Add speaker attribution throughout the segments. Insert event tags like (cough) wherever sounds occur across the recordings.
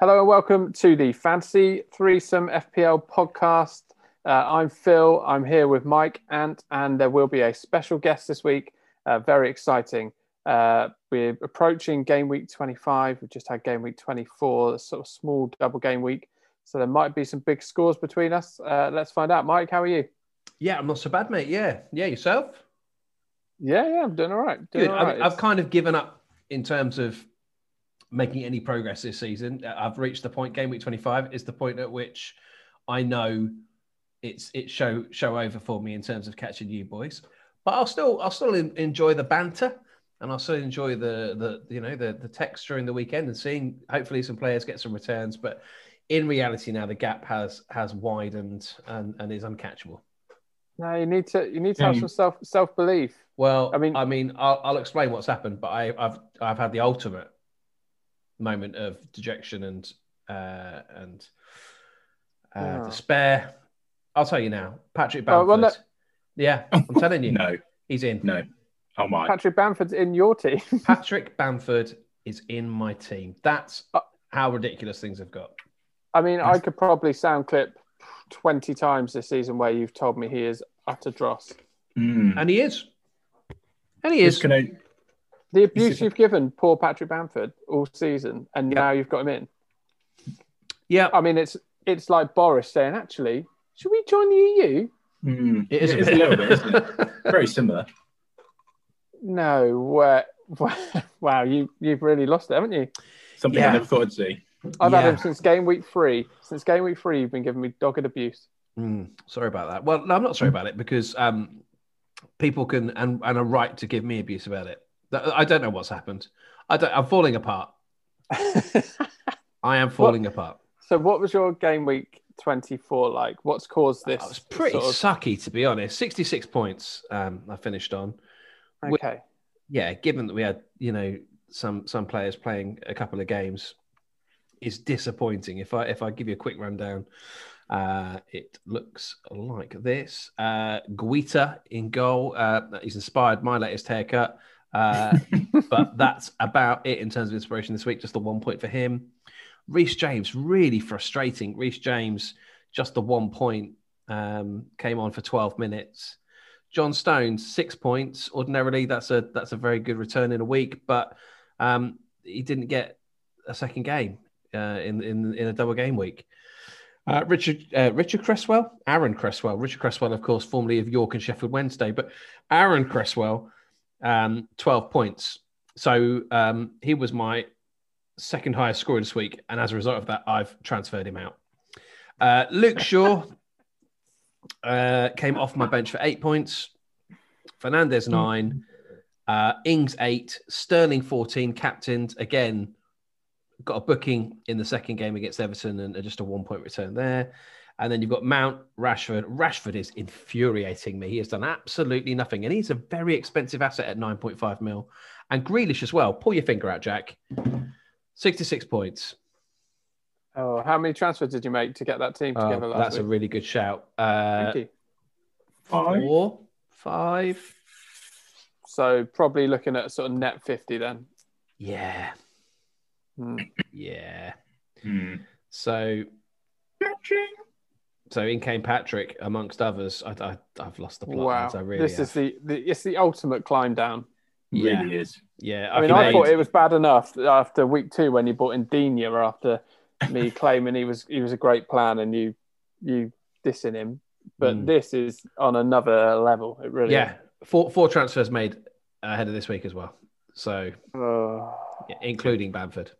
Speaker 1: Hello and welcome to the Fantasy Threesome FPL podcast. Uh, I'm Phil. I'm here with Mike Ant, and there will be a special guest this week. Uh, very exciting. Uh, we're approaching game week 25. We've just had game week 24, a sort of small double game week. So there might be some big scores between us. Uh, let's find out. Mike, how are you?
Speaker 2: Yeah, I'm not so bad, mate. Yeah, yeah. Yourself?
Speaker 1: Yeah, yeah, I'm doing all right. Doing
Speaker 2: Good.
Speaker 1: all
Speaker 2: I
Speaker 1: right.
Speaker 2: mean, I've kind of given up in terms of making any progress this season. I've reached the point. Game week 25 is the point at which I know it's it's show show over for me in terms of catching you boys. But I'll still I'll still en- enjoy the banter and I'll still enjoy the the you know the the text during the weekend and seeing hopefully some players get some returns. But in reality now the gap has has widened and and is uncatchable.
Speaker 1: no, you need to you need to
Speaker 3: Yeah,
Speaker 1: have
Speaker 3: you-
Speaker 1: some self self belief.
Speaker 2: Well,
Speaker 1: I
Speaker 2: I
Speaker 1: mean-
Speaker 2: mean, I mean, I'll, I'll explain what's happened, but I, I've I've had the ultimate moment of dejection and uh, and uh,
Speaker 1: Yeah.
Speaker 2: despair. I'll tell you now, Patrick
Speaker 1: Oh,
Speaker 2: Bamford.
Speaker 1: well,
Speaker 2: Yeah, I'm telling you,
Speaker 3: (laughs) No,
Speaker 2: he's in.
Speaker 3: no. Oh my.
Speaker 1: Patrick Bamford's in your team.
Speaker 2: Patrick Bamford is in my team. That's
Speaker 1: Uh,
Speaker 2: how ridiculous things have got.
Speaker 1: I mean, I could probably sound clip 20 times this season where you've told me he is utter dross.
Speaker 3: Mm.
Speaker 2: And he is. And he
Speaker 3: This
Speaker 2: is.
Speaker 3: can o-
Speaker 1: The
Speaker 2: (laughs)
Speaker 1: abuse
Speaker 3: is-
Speaker 1: you've given poor Patrick Bamford all season, and now you've got him in.
Speaker 2: Yeah,
Speaker 1: I mean, it's it's like Boris saying, actually, should we join the E EU?
Speaker 3: mm.
Speaker 2: it is
Speaker 3: It is a little bit, isn't it?
Speaker 2: (laughs)
Speaker 3: Very similar.
Speaker 1: No, (laughs) where, wow, you you've really lost it, haven't you?
Speaker 3: Something
Speaker 2: Yeah.
Speaker 3: I never thought I'd see.
Speaker 1: I've
Speaker 2: Yeah.
Speaker 1: had him since game week three. Since game week three, you've been giving me dogged
Speaker 2: (laughs)
Speaker 1: abuse.
Speaker 2: Mm, sorry about that. Well, no, I'm not sorry
Speaker 1: Mm.
Speaker 2: about it because um, people can and, and are right to give me abuse about it. That- I don't know what's happened. I don't, I'm falling apart. I am falling apart.
Speaker 1: so, what was your game week twenty four like? What's caused this?
Speaker 2: I was pretty
Speaker 1: sort of-
Speaker 2: sucky to be honest. 66 points um, I finished on.
Speaker 1: okay.
Speaker 2: Yeah, given that we had you know some some players playing a couple of games, is disappointing. If I if I give you a quick rundown, uh, it looks like this: uh, Guita in goal. Uh, he's inspired my latest haircut. Uh, but that's about it in terms of inspiration this week. Just the one point for him. Reece James, really frustrating. Reece James, just the one point, um, came on for 12 minutes. John Stones, six points. Ordinarily, that's a that's a very good return in a week, but um, he didn't get a second game uh, in, in in a double game week. Uh, Richard uh, Richard Cresswell, Aaron Cresswell, Richard Cresswell, of course, formerly of York and Sheffield Wednesday, but Aaron Cresswell, um, 12 points. So um, he was my second highest scorer this week. And as a result of that, I've transferred him out. Uh, Luke Shaw uh, came off my bench for eight points. Fernandez, nine. Uh, Ings, eight. Sterling, 14. Captained again. Got a booking in the second game against Everton and just a one point return there. And then you've got Mount Rashford. Rashford is infuriating me. He has done absolutely nothing. And he's a very expensive asset at 9.5 mil. And Grealish as well. Pull your finger out, Jack. 66 points.
Speaker 1: Oh, how many transfers did you make to get that team
Speaker 2: Uh,
Speaker 1: together last
Speaker 2: that's a
Speaker 1: week?
Speaker 2: really good shout. Uh,
Speaker 1: Thank you.
Speaker 3: Five.
Speaker 2: Four, five.
Speaker 1: So probably looking at sort of net fifty then.
Speaker 2: Yeah.
Speaker 1: Hmm.
Speaker 2: Yeah.
Speaker 3: Hmm.
Speaker 2: So so in came Patrick, amongst others. I, I, I've lost the plot.
Speaker 1: Wow,
Speaker 2: lines, I really
Speaker 1: this
Speaker 2: have.
Speaker 1: is the, the it's the ultimate climb down.
Speaker 2: Yeah.
Speaker 3: Really is.
Speaker 2: yeah.
Speaker 1: I mean,
Speaker 2: can
Speaker 1: I
Speaker 2: aid.
Speaker 1: thought it was bad enough that after week two when you bought in Dina or after
Speaker 2: (laughs)
Speaker 1: me claiming he was he was a great plan and you you dissing him, but
Speaker 2: Mm.
Speaker 1: this is on another level. It really,
Speaker 2: Yeah. Four, four transfers made ahead of this week as well. So
Speaker 1: is. Oh.
Speaker 2: yeah, including Bamford.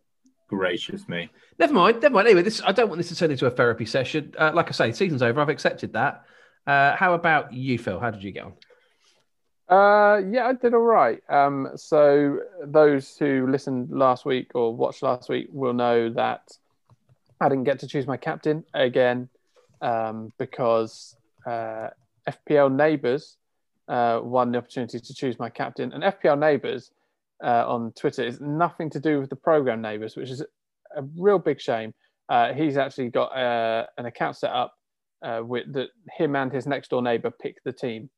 Speaker 3: Gracious me.
Speaker 2: Never mind. Never mind. Anyway, this I don't want this to turn into a therapy session. Uh, like I say, season's over. I've accepted that. Uh, how about you, Phil? How did you get on?
Speaker 1: Uh, yeah, I did all right. Um, so those who listened last week or watched last week will know that I didn't get to choose my captain again um, because uh, FPL Neighbours uh, won the opportunity to choose my captain. And FPL Neighbours uh, on Twitter is nothing to do with the program Neighbours, which is a real big shame. Uh, he's actually got uh, an account set up uh, with that him and his next door neighbour pick the team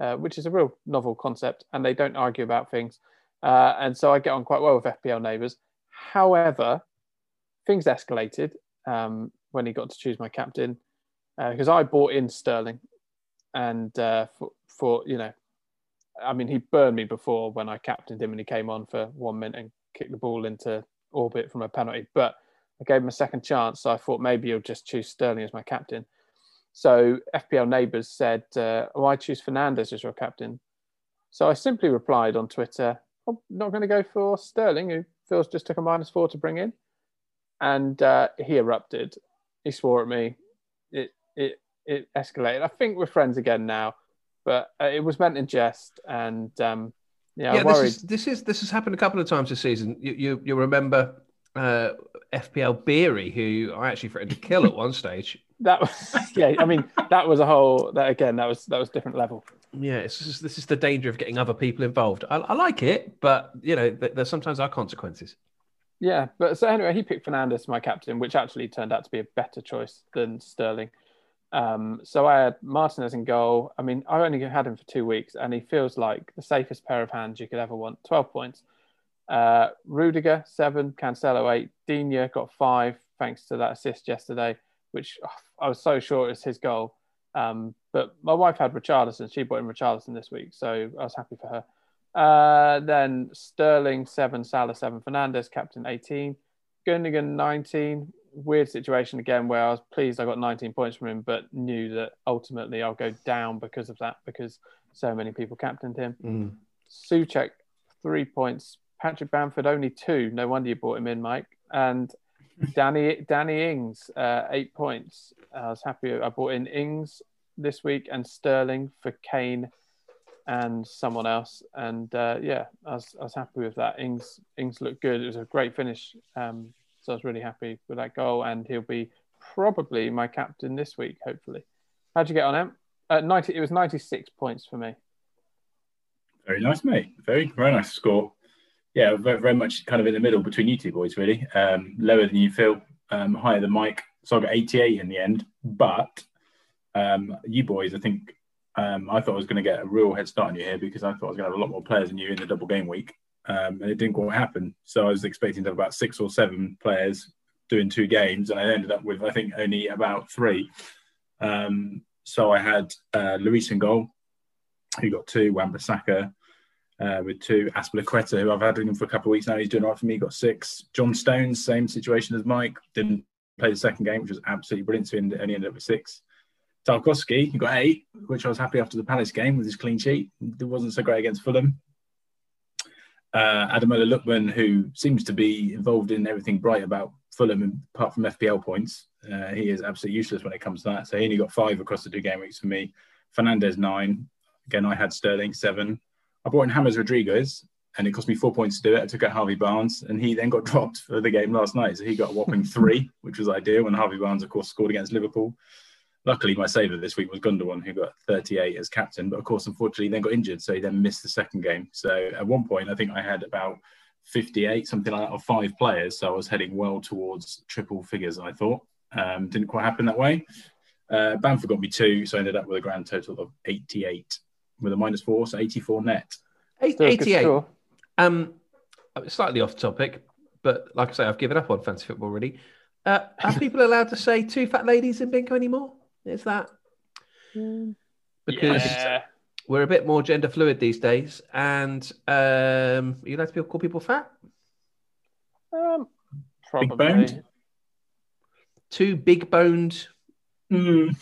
Speaker 1: uh, which is a real novel concept, and they don't argue about things. Uh, and so I get on quite well with FPL neighbours. However, things escalated um, when he got to choose my captain because I bought in Sterling, and uh, for, for you know, I mean, he burned me before when I captained him and he came on for one minute and kicked the ball into orbit from a penalty. But I gave him a second chance, so I thought maybe he'll just choose Sterling as my captain. So FPL neighbours said, uh, "Oh, I choose Fernandez as your captain." So I simply replied on Twitter, "I'm not going to go for Sterling, who Phil's just took a minus four to bring in," and uh, he erupted. He swore at me. It it it escalated. I think we're friends again now, but uh, it was meant in jest. And um, yeah,
Speaker 2: yeah,
Speaker 1: I worried.
Speaker 2: This is, this is this has happened a couple of times this season. You you, you remember uh, FPL Beery, who I actually threatened to kill
Speaker 1: (laughs)
Speaker 2: at one stage.
Speaker 1: That was yeah. I mean, that was a whole. That again, that was that was different level.
Speaker 2: Yeah, it's just, this is the danger of getting other people involved. I, I like it, but you know, th- there sometimes are consequences.
Speaker 1: Yeah, but so anyway, he picked Fernandez, my captain, which actually turned out to be a better choice than Sterling. Um, so I had Martinez in goal. I mean, I only had him for two weeks, and he feels like the safest pair of hands you could ever want. Twelve points. Uh, Rudiger seven, Cancelo eight, Dina got five thanks to that assist yesterday, which oh, I was so sure is his goal. Um, but my wife had Richarlison. She bought in Richarlison this week, so I was happy for her. Uh, then Sterling seven, Salah seven, Fernandez captain eighteen, Gundogan nineteen. Weird situation again where I was pleased I got nineteen points from him, but knew that ultimately I'll go down because of that because so many people captained him.
Speaker 2: Mm.
Speaker 1: Suchek three points, Patrick Bamford only two. No wonder you brought him in, Mike. And Danny Danny Ings uh, eight points. I was happy I bought in Ings this week and Sterling for Kane and someone else. And uh, yeah, I was, I was happy with that. Ings Ings looked good. It was a great finish. Um, so I was really happy with that goal. And he'll be probably my captain this week, hopefully. How'd you get on, Em? Uh, 90, it was 96 points for me.
Speaker 3: Very nice, mate. Very, very nice score. Yeah, very, very much kind of in the middle between you two boys, really. Um, lower than you, Phil. Um, higher than Mike. So I got 88 in the end. But um, you boys, I think um, I thought I was going to get a real head start on you here because I thought I was going to have a lot more players than you in the double game week. Um, and it didn't quite happen. So I was expecting to have about six or seven players doing two games. And I ended up with, I think, only about three. Um, so I had uh, Luis in goal, who got two, Wambasaka uh, with two, Aspilaqueta, who I've had him for a couple of weeks now, he's doing all right for me, got six. John Stones, same situation as Mike, didn't play the second game, which was absolutely brilliant, so he only ended up with six. Tarkovsky, he got eight, which I was happy after the Palace game with his clean sheet. It wasn't so great against Fulham. Uh, Adamola Lookman, who seems to be involved in everything bright about Fulham, apart from FPL points, uh, he is absolutely useless when it comes to that. So he only got five across the two game weeks for me. Fernandez, nine. Again, I had Sterling, seven. I brought in Hammers Rodriguez, and it cost me four points to do it. I took out Harvey Barnes, and he then got (laughs) dropped for the game last night. So he got a whopping three, which was ideal. And Harvey Barnes, of course, scored against Liverpool. Luckily, my saver this week was Gundogan, who got 38 as captain. But of course, unfortunately, he then got injured, so he then missed the second game. So at one point, I think I had about 58, something like that, of five players. So I was heading well towards triple figures. I thought um, didn't quite happen that way. Uh, Bamford got me two, so I ended up with a grand total of 88 with a minus four, so 84 net.
Speaker 2: Eight-
Speaker 1: Still a good
Speaker 2: 88.
Speaker 1: score.
Speaker 2: Um, slightly off topic, but like I say, I've given up on fantasy football really. Uh, are people allowed to say two fat ladies in bingo anymore? Is
Speaker 1: (laughs)
Speaker 2: that because
Speaker 1: Yeah.
Speaker 2: we're a bit more gender fluid these days? And um, are you allowed to be- call people fat?
Speaker 1: Um,
Speaker 3: Big
Speaker 1: probably.
Speaker 3: boned?
Speaker 2: Two big boned
Speaker 3: Mm.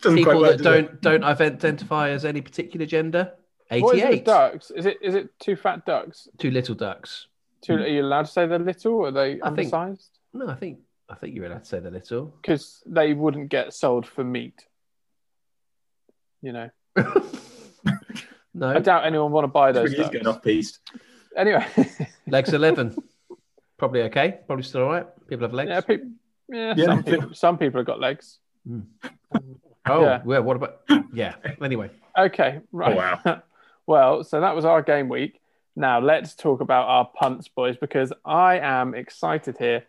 Speaker 3: (laughs) Doesn't
Speaker 2: people
Speaker 3: quite work,
Speaker 2: that
Speaker 3: does it?
Speaker 2: don't don't identify as any particular gender.
Speaker 1: What is it with
Speaker 2: Eighty-eight.
Speaker 1: ducks? Is it is it two fat ducks?
Speaker 2: Two little ducks.
Speaker 1: Two, are you allowed to say they're little? Or are they
Speaker 2: Hmm. I think-
Speaker 1: undersized?
Speaker 2: No, I think I think you're allowed to say they're little.
Speaker 1: Because they wouldn't get sold for meat. You know, I
Speaker 2: no,
Speaker 1: doubt anyone want to buy those.
Speaker 3: He's getting
Speaker 1: ducks.
Speaker 3: off piste.
Speaker 1: Anyway, (laughs)
Speaker 2: legs eleven. (laughs) Probably okay. Probably still all right. People have legs.
Speaker 1: yeah, peop yeah,
Speaker 3: Yeah.
Speaker 1: Some, people, some people have got legs.
Speaker 2: Oh,
Speaker 1: Yeah.
Speaker 2: yeah. What about? Yeah. Anyway,
Speaker 1: Okay, right.
Speaker 3: Oh,
Speaker 1: (laughs) well, so that was our game week. Now let's talk about our punts, boys, because I am excited here.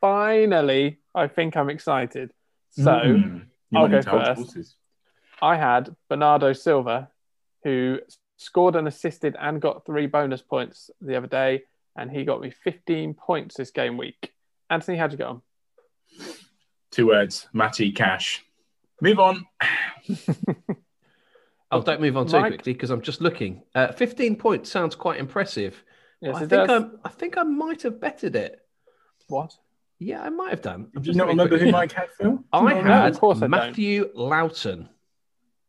Speaker 1: Finally, I think I'm excited. So.
Speaker 3: Mm. You
Speaker 1: I'll
Speaker 3: went
Speaker 1: go
Speaker 3: into old
Speaker 1: Hmm. first.
Speaker 3: horses.
Speaker 1: I had Bernardo Silva, who scored and assisted and got three bonus points the other day, and he got me 15 points this game week. Anthony, how'd you get on?
Speaker 3: Two words, Matty Cash. Move on.
Speaker 2: Oh, don't move on too
Speaker 1: Mike?
Speaker 2: quickly because I'm just looking. Uh, 15 points sounds quite impressive.
Speaker 1: Yes,
Speaker 2: I
Speaker 1: it
Speaker 2: think
Speaker 1: does.
Speaker 2: I'm, I think I might have betted it.
Speaker 1: What?
Speaker 2: Yeah, I might have done. I'm
Speaker 3: Do you
Speaker 2: just
Speaker 3: not
Speaker 2: having a
Speaker 3: remember
Speaker 2: quick
Speaker 3: who
Speaker 2: look.
Speaker 3: Mike had, Phil?
Speaker 2: I
Speaker 1: No, no,
Speaker 2: had
Speaker 1: of course I don't.
Speaker 2: Matthew Loughton.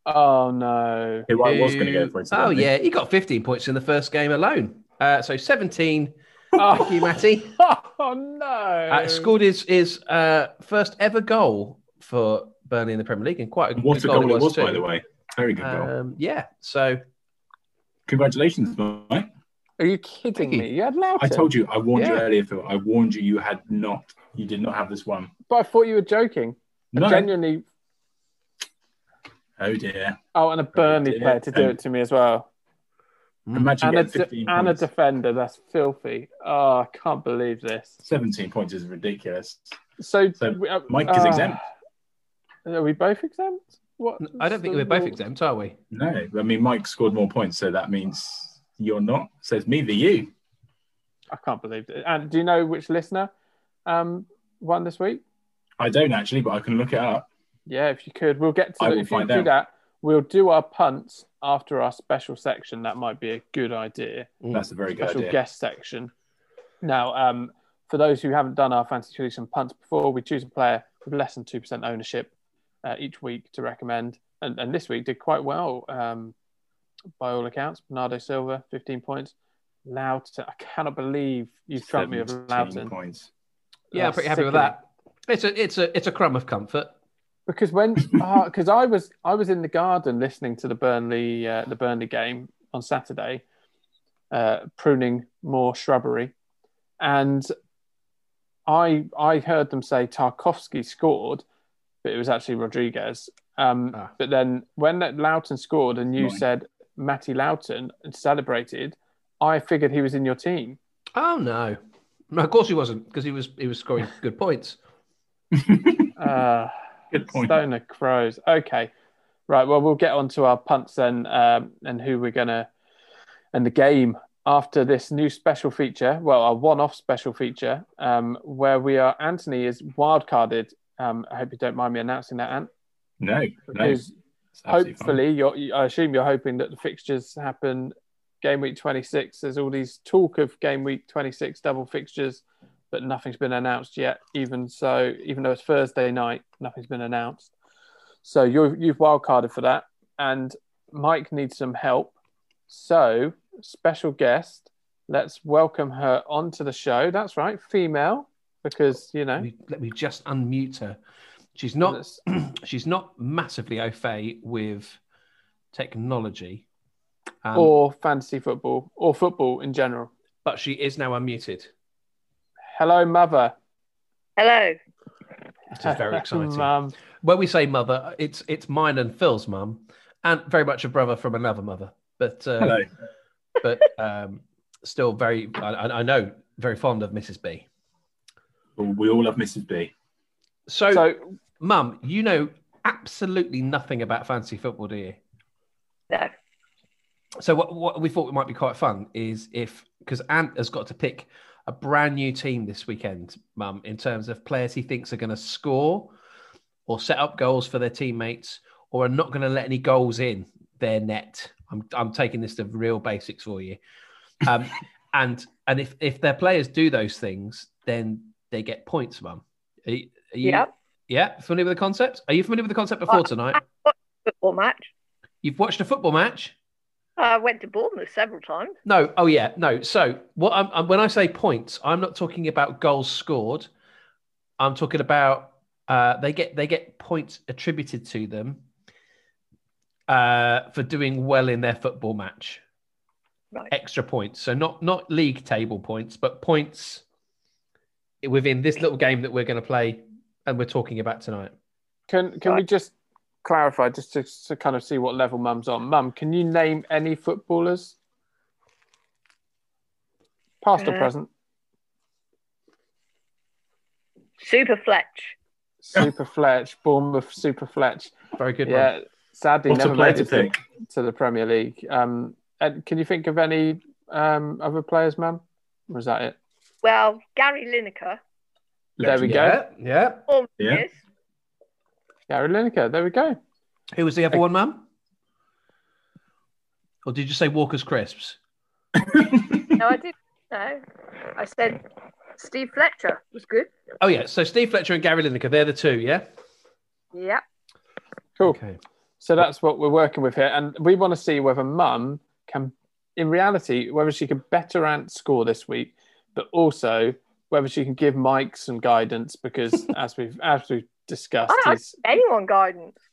Speaker 1: Oh no.
Speaker 2: (laughs)
Speaker 3: Who I was going to go
Speaker 2: who-
Speaker 3: for.
Speaker 2: Oh
Speaker 3: incidentally.
Speaker 2: yeah, he got 15 points in the first game alone. Uh, so 17. Thank you,
Speaker 1: Oh, (laughs)
Speaker 2: Matty.
Speaker 3: (laughs)
Speaker 1: oh, no.
Speaker 2: Uh, scored his his uh, first ever goal for Burnley in the Premier League, and quite a
Speaker 3: What
Speaker 2: good
Speaker 3: a goal, it was,
Speaker 2: too.
Speaker 3: by the way. Very good goal.
Speaker 2: Um, yeah. So
Speaker 3: Congratulations, Mike.
Speaker 1: Are you kidding
Speaker 2: Thank
Speaker 1: me? You had Loughton.
Speaker 3: I told you. I warned you
Speaker 2: Yeah.
Speaker 3: earlier, Phil. I warned you. You had not. You did not have this one.
Speaker 1: But I thought you were joking. I
Speaker 3: No.
Speaker 1: genuinely.
Speaker 3: Oh dear.
Speaker 1: Oh, and a Burnley
Speaker 3: dear.
Speaker 1: player to do it to me as well.
Speaker 3: Imagine
Speaker 1: And a,
Speaker 3: getting
Speaker 1: de-
Speaker 3: 15
Speaker 1: and a
Speaker 3: points.
Speaker 1: defender. That's filthy. Oh, I can't believe this.
Speaker 3: 17 points is ridiculous.
Speaker 1: So,
Speaker 3: So,
Speaker 1: we- uh,
Speaker 3: Mike is
Speaker 1: uh,
Speaker 3: exempt.
Speaker 1: Are we both exempt? What?
Speaker 2: I don't think we're both exempt, are we?
Speaker 3: No, I mean Mike scored more points, so that means you're not. So it's me the you.
Speaker 1: I can't believe it. And do you know which listener um, won this week?
Speaker 3: I don't actually, but I can look it up.
Speaker 1: Yeah, if you could, we'll get to
Speaker 3: I
Speaker 1: the,
Speaker 3: will
Speaker 1: if you
Speaker 3: find
Speaker 1: do
Speaker 3: out.
Speaker 1: that. We'll do our punts after our special section. That might be a good idea.
Speaker 3: Mm. That's a very good
Speaker 1: special
Speaker 3: idea.
Speaker 1: guest section. Now, um, for those who haven't done our fantasy choice and punts before, we choose a player with less than two percent ownership uh, each week to recommend, and, and this week did quite well um, by all accounts. Bernardo Silva, fifteen points. Loughton, I cannot believe you've trumped me with
Speaker 3: 17
Speaker 1: Loughton.
Speaker 3: points.
Speaker 2: Yeah, I'm
Speaker 1: That's
Speaker 2: pretty happy with
Speaker 1: sickening.
Speaker 2: that. It's a it's a it's a crumb of comfort.
Speaker 1: because when (laughs) because I was I was in the garden listening to the Burnley uh, the Burnley game on Saturday, uh, pruning more shrubbery, and I I heard them say Tarkovsky scored, but it was actually Rodriguez. Um,
Speaker 2: Ah.
Speaker 1: But then when that Loughton scored and you
Speaker 3: Right.
Speaker 1: said Matty Loughton and celebrated, I figured he was in your team.
Speaker 2: Oh no. No, of course he wasn't because he was he was
Speaker 3: (laughs)
Speaker 2: scoring good points.
Speaker 1: Uh,
Speaker 3: Good point.
Speaker 1: Stoner Crows. Okay. Right. Well, we'll get on to our punts then um, and who we're going to, and the game after this new special feature. Well, our one off special feature um, where we are, Anthony is wildcarded. Um, I hope you don't mind me announcing that, Ant.
Speaker 3: no, no.
Speaker 1: Because
Speaker 3: it's absolutely fine.
Speaker 1: hopefully, you're, you- I assume you're hoping that the fixtures happen game week 26. There's all these talk of game week 26 double fixtures, but nothing's been announced yet. Even so, even though it's Thursday night, nothing's been announced. So you're, you've wildcarded for that, and Mike needs some help. So special guest, let's welcome her onto the show. That's right, female, because you
Speaker 2: Let
Speaker 1: know.
Speaker 2: me, let me just unmute her. She's not
Speaker 1: that's-
Speaker 2: she's not massively au fait with technology, um,
Speaker 1: or fantasy football, or football in general.
Speaker 2: but she is now unmuted,
Speaker 1: Hello, mother.
Speaker 4: Hello.
Speaker 1: Uh,
Speaker 2: which is
Speaker 1: (laughs)
Speaker 2: very exciting.
Speaker 1: Mum.
Speaker 2: when we say mother, it's it's mine and Phil's mum, and very much a brother from another mother, but uh,
Speaker 3: Hello.
Speaker 2: but um, still very I, I- I know very fond of Mrs. B.
Speaker 3: Well, we all love Mrs. B.
Speaker 2: So,
Speaker 1: so,
Speaker 2: Mum, you know absolutely nothing about fantasy football, do you?
Speaker 4: No.
Speaker 2: So what, what we thought might be quite fun is if because Ant has got to pick a brand new team this weekend, Mum, in terms of players he thinks are going to score or set up goals for their teammates or are not going to let any goals in their net. I'm I'm taking this to real basics for you. Um, (laughs) and and if if their players do those things, then they get points, Mum. Are, you- are you,
Speaker 4: Yep.
Speaker 2: Yeah, familiar with the concept? Are you familiar with the concept before
Speaker 4: Well,
Speaker 2: tonight?
Speaker 4: I watched a football match.
Speaker 2: You've watched a football match.
Speaker 4: I went to Bournemouth several times.
Speaker 2: No, oh yeah, no. So what I'm, i when I say points, I'm not talking about goals scored. I'm talking about uh, they get they get points attributed to them uh, for doing well in their football match.
Speaker 4: Right.
Speaker 2: Extra points, so not not league table points, but points within this little game that we're going to play and we're talking about tonight.
Speaker 1: can can we just clarify, just to, to kind of see what level Mum's on? Mum, can you name any footballers, past or
Speaker 4: Uh,
Speaker 1: present?
Speaker 4: Super Fletch.
Speaker 2: (laughs)
Speaker 1: Super Fletch, Bournemouth, Super Fletch.
Speaker 2: Very good. one.
Speaker 1: Yeah, sadly
Speaker 3: What a
Speaker 1: never
Speaker 3: player
Speaker 1: made
Speaker 3: to
Speaker 1: it to,
Speaker 3: pick.
Speaker 1: to the Premier League. Um, and can you think of any um, other players, Mum? Was that it?
Speaker 4: Well, Gary Lineker.
Speaker 1: There we go.
Speaker 2: Yeah, yeah.
Speaker 4: Or
Speaker 3: Yeah.
Speaker 4: yes.
Speaker 1: Gary Lineker. There we go.
Speaker 2: Who was the other one, Mum? Or did you say Walker's Crisps?
Speaker 4: No, I didn't. No, I said Steve Fletcher was good.
Speaker 2: Oh yeah, so Steve Fletcher and Gary Lineker, they're the two, yeah.
Speaker 4: Yeah.
Speaker 1: Cool.
Speaker 2: Okay.
Speaker 1: So that's what we're working with here, and we want to see whether Mum can, in reality, whether she can better Ant's score this week, but also whether she can give Mike some guidance because, as we've as we've discussed,
Speaker 4: I don't
Speaker 1: he's,
Speaker 4: Anyone guidance? (laughs)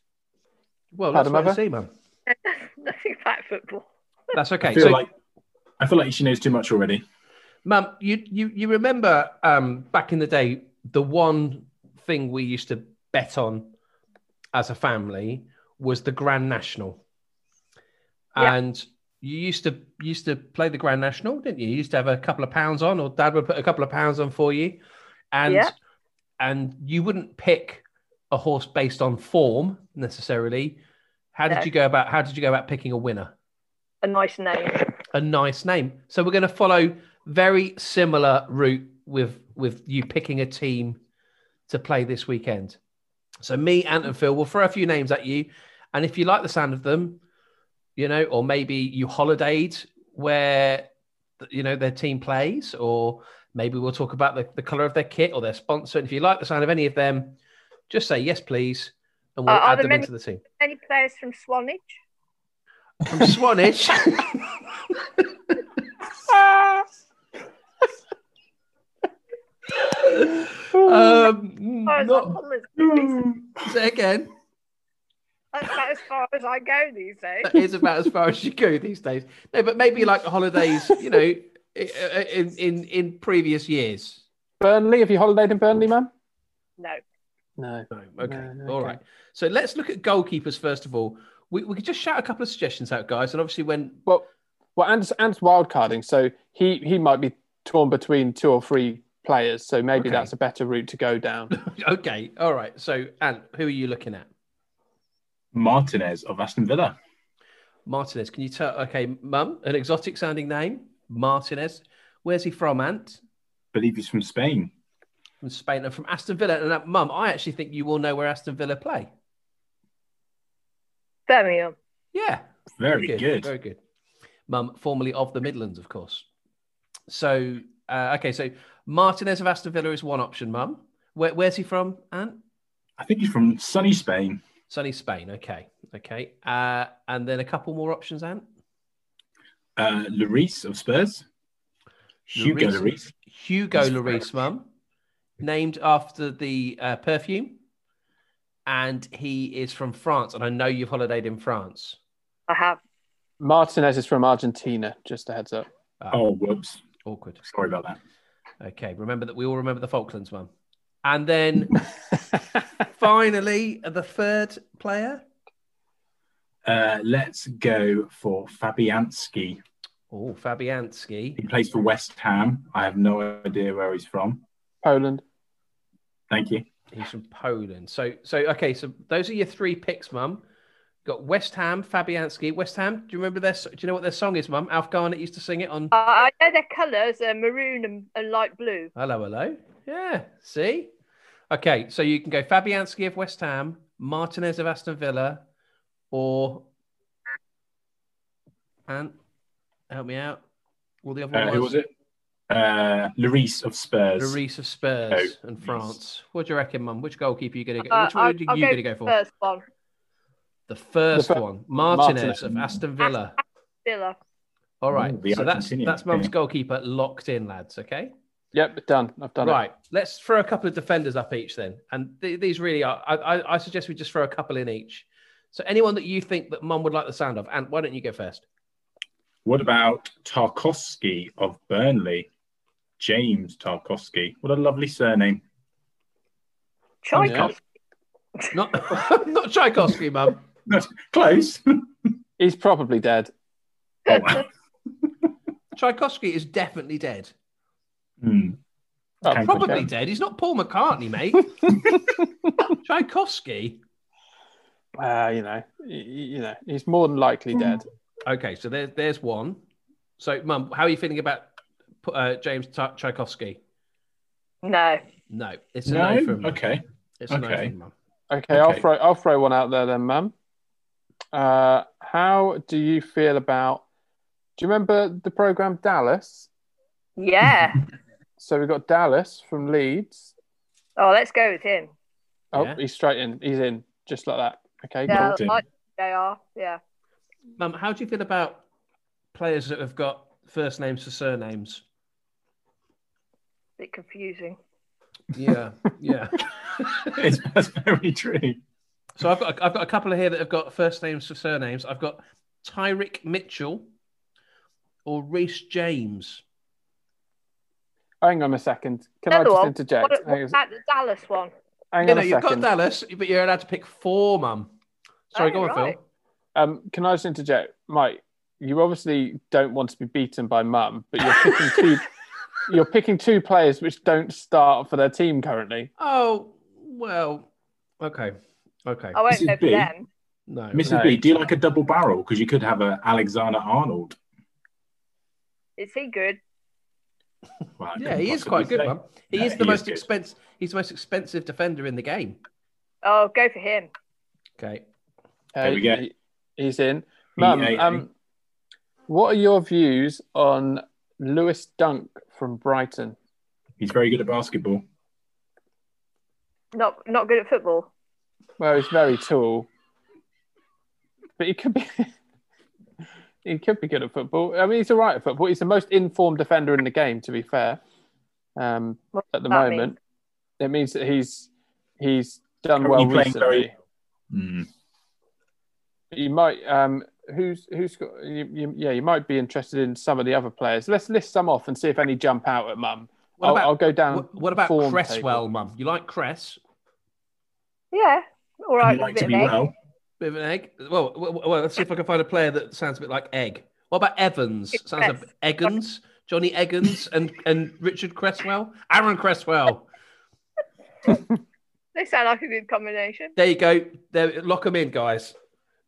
Speaker 2: Well, let's
Speaker 1: Pardon,
Speaker 2: wait and
Speaker 1: Mother?
Speaker 2: see, Mum.
Speaker 4: Nothing about football.
Speaker 2: That's
Speaker 3: I
Speaker 2: okay.
Speaker 3: feel
Speaker 2: So,
Speaker 3: like I feel like she knows too much already.
Speaker 2: Mum, you you you remember um, back in the day, the one thing we used to bet on as a family was the Grand National,
Speaker 4: Yeah.
Speaker 2: and you used to you used to play the Grand National, didn't you? You used to have a couple of pounds on, or Dad would put a couple of pounds on for you, and
Speaker 4: Yeah.
Speaker 2: and you wouldn't pick a horse based on form necessarily. How did
Speaker 4: No.
Speaker 2: you go about? How did you go about picking a winner?
Speaker 4: A nice name.
Speaker 2: a nice name. So we're going to follow very similar route with with you picking a team to play this weekend. So me, Ant, and Phil will throw a few names at you, and if you like the sound of them, you know, or maybe you holidayed where you know their team plays, or maybe we'll talk about the, the color of their kit or their sponsor. And if you like the sound of any of them, just say yes, please, and we'll
Speaker 4: Are- are
Speaker 2: add
Speaker 4: there
Speaker 2: them
Speaker 4: many-
Speaker 2: into the team.
Speaker 4: Any players from Swanage?
Speaker 2: From Swanage.
Speaker 1: Uh,
Speaker 2: um,
Speaker 4: As far as I'm
Speaker 2: not,
Speaker 4: concerned,
Speaker 2: say again.
Speaker 4: That's about as far as I go these
Speaker 3: (laughs)
Speaker 4: days.
Speaker 2: That is about as far as you go these days. No, but maybe like holidays, you know, i- i- in in in previous years.
Speaker 1: Burnley. Have you holidayed in Burnley, Mum?
Speaker 4: No.
Speaker 1: No.
Speaker 2: No, okay,
Speaker 1: No,
Speaker 2: all
Speaker 1: okay.
Speaker 2: right. So let's look at goalkeepers first of all. We we could just shout a couple of suggestions out, guys, and obviously when (laughs)
Speaker 1: Well, well, Ant's, Ant's wildcarding, so he he might be torn between two or three players. So maybe
Speaker 2: Okay.
Speaker 1: that's a better route to go down. (laughs)
Speaker 2: okay, all right. So Ant, who are you looking at?
Speaker 3: Martinez of Aston Villa.
Speaker 2: Martinez. Can you tell? Okay, Mum, an exotic sounding name, Martinez. Where's he from, Ant?
Speaker 3: believe he's from Spain.
Speaker 2: From Spain and from Aston Villa. And uh, Mum, I actually think you will know where Aston Villa play.
Speaker 4: Birmingham.
Speaker 2: Yeah,
Speaker 3: Very good.
Speaker 2: Very good. Mum, formerly of the Midlands, of course. So, uh, okay, so Martinez of Aston Villa is one option, Mum. Where, where's he from, Ant?
Speaker 3: I think he's from sunny Spain.
Speaker 2: Sunny Spain. Okay, okay. Uh, and then a couple more options, Ant.
Speaker 3: Uh, Lloris of Spurs. Hugo
Speaker 2: Lloris.
Speaker 3: Lloris.
Speaker 2: Hugo
Speaker 3: He's
Speaker 2: Lloris,
Speaker 3: French.
Speaker 2: mum, named after the uh, perfume, and he is from France. And I know you've holidayed in France.
Speaker 4: I have.
Speaker 1: Martinez is from Argentina. Just a heads up.
Speaker 2: Uh,
Speaker 3: Oh, whoops.
Speaker 2: awkward.
Speaker 3: Sorry about that.
Speaker 2: Okay, remember that we all remember the Falklands, mum. And then (laughs) finally, the third player.
Speaker 3: Uh, let's go for Fabianski.
Speaker 2: Oh, Fabianski.
Speaker 3: He plays for West Ham. I have no idea where he's from.
Speaker 1: (laughs) Poland.
Speaker 3: Thank you.
Speaker 2: He's from Poland. So, so okay. So those are your three picks, mum. Got West Ham, Fabianski. West Ham. Do you remember their? Do you know what their song is, mum? Alf Garnett used to sing it on.
Speaker 4: Uh, I know their colours are maroon and, and light blue.
Speaker 2: Hello, hello. Yeah, see? Okay, so you can go Fabianski of West Ham, Martinez of Aston Villa, or Ant, help me out. All the other
Speaker 3: Uh,
Speaker 2: ones.
Speaker 3: who was it? Uh, Lloris of Spurs.
Speaker 2: Lloris of Spurs
Speaker 3: Oh,
Speaker 2: and France. What do you reckon, Mum? Which goalkeeper are you going to go?
Speaker 4: Uh,
Speaker 2: Which one are
Speaker 4: I'll-
Speaker 2: you
Speaker 4: I'll
Speaker 2: going to go for?
Speaker 4: First one.
Speaker 2: The first
Speaker 1: The fir-
Speaker 2: one, Martinez
Speaker 1: Martinez.
Speaker 2: of Aston Villa.
Speaker 4: Villa.
Speaker 2: All right,
Speaker 3: Ooh, the
Speaker 2: so that's
Speaker 3: Argentinian.
Speaker 2: that's Mum's
Speaker 3: Yeah.
Speaker 2: goalkeeper locked in, lads. Okay.
Speaker 1: Yep, done. I've done
Speaker 2: right. Let's throw a couple of defenders up each then. And th- these really are, I, I, I suggest we just throw a couple in each. So anyone that you think that mum would like the sound of, and why don't you go first?
Speaker 3: What about Tarkovsky of Burnley? James Tarkovsky. What a lovely surname.
Speaker 4: Tchaikovsky.
Speaker 2: Not, (laughs) not Tchaikovsky, mum.
Speaker 3: Close.
Speaker 1: it. He's probably dead.
Speaker 3: Oh, wow.
Speaker 2: Tchaikovsky is definitely dead.
Speaker 3: Hmm.
Speaker 1: Oh,
Speaker 3: Okay.
Speaker 2: Probably
Speaker 1: okay.
Speaker 2: dead. He's not Paul McCartney,
Speaker 3: (laughs)
Speaker 2: mate. Tchaikovsky.
Speaker 1: Uh, you know, y- y- you know, he's more than likely dead.
Speaker 2: Okay, so there, there's one. So, mum, how are you feeling about uh, James Tcha- Tchaikovsky?
Speaker 4: (laughs) No.
Speaker 2: No, it's a no,
Speaker 3: No.
Speaker 2: from Mum.
Speaker 3: Okay. (laughs)
Speaker 2: It's a no
Speaker 3: Okay.
Speaker 2: from Mum.
Speaker 4: Mm.
Speaker 1: Okay, I'll
Speaker 3: Okay.
Speaker 1: throw I'll throw one out there then, ma'am. Uh, how do you feel about? Do you remember the program Dallas?
Speaker 3: (laughs)
Speaker 4: Yeah.
Speaker 1: So we got Dallas from Leeds.
Speaker 4: oh, let's go with him.
Speaker 1: Oh,
Speaker 2: Yeah.
Speaker 1: he's straight in. He's in just like that. Okay,
Speaker 4: Yeah,
Speaker 1: cool.
Speaker 3: Bolton.
Speaker 4: like they are. Yeah.
Speaker 2: Mum, how do you feel about players that have got first names for surnames?
Speaker 4: A bit confusing.
Speaker 2: Yeah, yeah.
Speaker 3: It's, that's very true.
Speaker 2: (laughs) so I've got a, I've got a couple of here that have got first names for surnames. I've got Tyrick Mitchell or Reese James.
Speaker 1: Hang on a second. Can I
Speaker 4: Another
Speaker 1: just
Speaker 4: one.
Speaker 1: interject?
Speaker 4: What, what
Speaker 1: hang on,
Speaker 4: about the Dallas one?
Speaker 1: hang
Speaker 2: You
Speaker 1: on
Speaker 2: know,
Speaker 1: a
Speaker 2: you've got
Speaker 1: second.
Speaker 2: Dallas, but you're allowed to pick four, Mum. Sorry,
Speaker 4: Oh,
Speaker 2: go on,
Speaker 4: right.
Speaker 2: Phil.
Speaker 1: Um, can I just interject, Mike? You obviously don't want to be beaten by Mum, but you're picking two. you're picking two players which don't start for their team currently.
Speaker 2: Oh well, okay, okay.
Speaker 1: Oh.
Speaker 4: I won't
Speaker 3: This is
Speaker 4: go for
Speaker 3: big.
Speaker 4: them.
Speaker 2: No,
Speaker 3: Mrs.
Speaker 1: No.
Speaker 3: B, do you like a double barrel? Because you could have a Alexander Arnold.
Speaker 4: Is he good?
Speaker 3: Well, I
Speaker 2: yeah,
Speaker 3: couldn't
Speaker 2: he is
Speaker 3: possibly
Speaker 2: quite good,
Speaker 3: say.
Speaker 2: Mum. He
Speaker 3: No,
Speaker 2: is the
Speaker 3: he is
Speaker 2: most
Speaker 3: good.
Speaker 2: expensive. He's the most expensive defender in the game.
Speaker 4: Oh, go for him.
Speaker 1: Okay,
Speaker 2: Okay.
Speaker 3: There we go.
Speaker 1: Uh, he- he's in.
Speaker 3: Yeah,
Speaker 1: Mum,
Speaker 3: yeah.
Speaker 1: um, what are your views on Lewis Dunk from Brighton?
Speaker 3: He's very good at basketball.
Speaker 4: Not not good at football.
Speaker 1: Well, he's very tall, but he could be. (laughs) he could be good at football. I mean, he's all right at football. He's the most informed defender in the game, to be fair. Um,
Speaker 4: What
Speaker 1: at the
Speaker 4: does that
Speaker 1: moment, it means that he's he's done
Speaker 3: Currently
Speaker 1: well
Speaker 3: playing very
Speaker 1: recently.
Speaker 3: Mm.
Speaker 1: But You might um, who's who's got you, you, yeah. You might be interested in some of the other players. Let's list some off and see if any jump out at Mum.
Speaker 2: What
Speaker 3: Oh,
Speaker 1: I'll,
Speaker 2: about
Speaker 1: I'll go down.
Speaker 2: what, what about
Speaker 1: um, form
Speaker 2: Cresswell,
Speaker 1: table.
Speaker 2: Mum? You like Cress?
Speaker 4: Yeah.
Speaker 3: Would
Speaker 4: All right.
Speaker 3: you
Speaker 4: with a
Speaker 3: like
Speaker 4: bit
Speaker 3: to
Speaker 4: of
Speaker 3: be
Speaker 4: egg.
Speaker 3: well?
Speaker 2: Bit of an egg. Well, well, well, let's see if I can find a player that sounds a bit like egg. What about Evans?
Speaker 4: It's
Speaker 2: Sounds like Eggins, Johnny Eggins, and and Richard Cresswell, Aaron Cresswell.
Speaker 4: They sound like a good combination.
Speaker 2: There you go. There, lock them in, guys.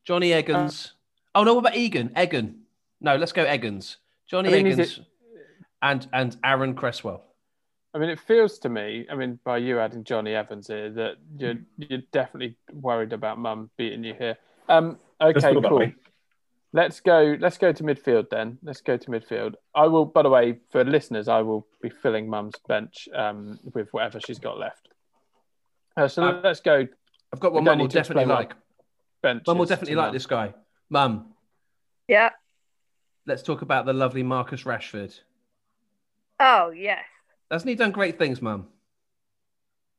Speaker 2: Johnny
Speaker 1: Uh,
Speaker 2: Eggins. oh no, what about Egan? Egan. No, let's go Eggins. Johnny
Speaker 1: I mean, is
Speaker 2: Eggins and and Aaron Cresswell.
Speaker 1: I mean, it feels to me. I mean, by you adding Johnny Evans here, that you're
Speaker 2: Mm.
Speaker 1: you're definitely worried about Mum beating you here. Um,
Speaker 3: Let's
Speaker 1: okay,
Speaker 3: put it that
Speaker 1: cool.
Speaker 3: way.
Speaker 1: Let's go. Let's go to midfield then. Let's go to midfield. I will. By the way, for listeners, I will be filling Mum's bench um, with whatever she's got left. Uh, so
Speaker 2: Um,
Speaker 1: let's go
Speaker 2: I've got one.
Speaker 1: We don't
Speaker 2: Mum will
Speaker 1: need to
Speaker 2: definitely
Speaker 1: explain why.
Speaker 2: like.
Speaker 1: bench.
Speaker 2: Mum will definitely like this guy. Mum,
Speaker 4: Yeah.
Speaker 2: let's talk about the lovely Marcus Rashford.
Speaker 4: Oh yes.
Speaker 2: Hasn't he done great things, Mum?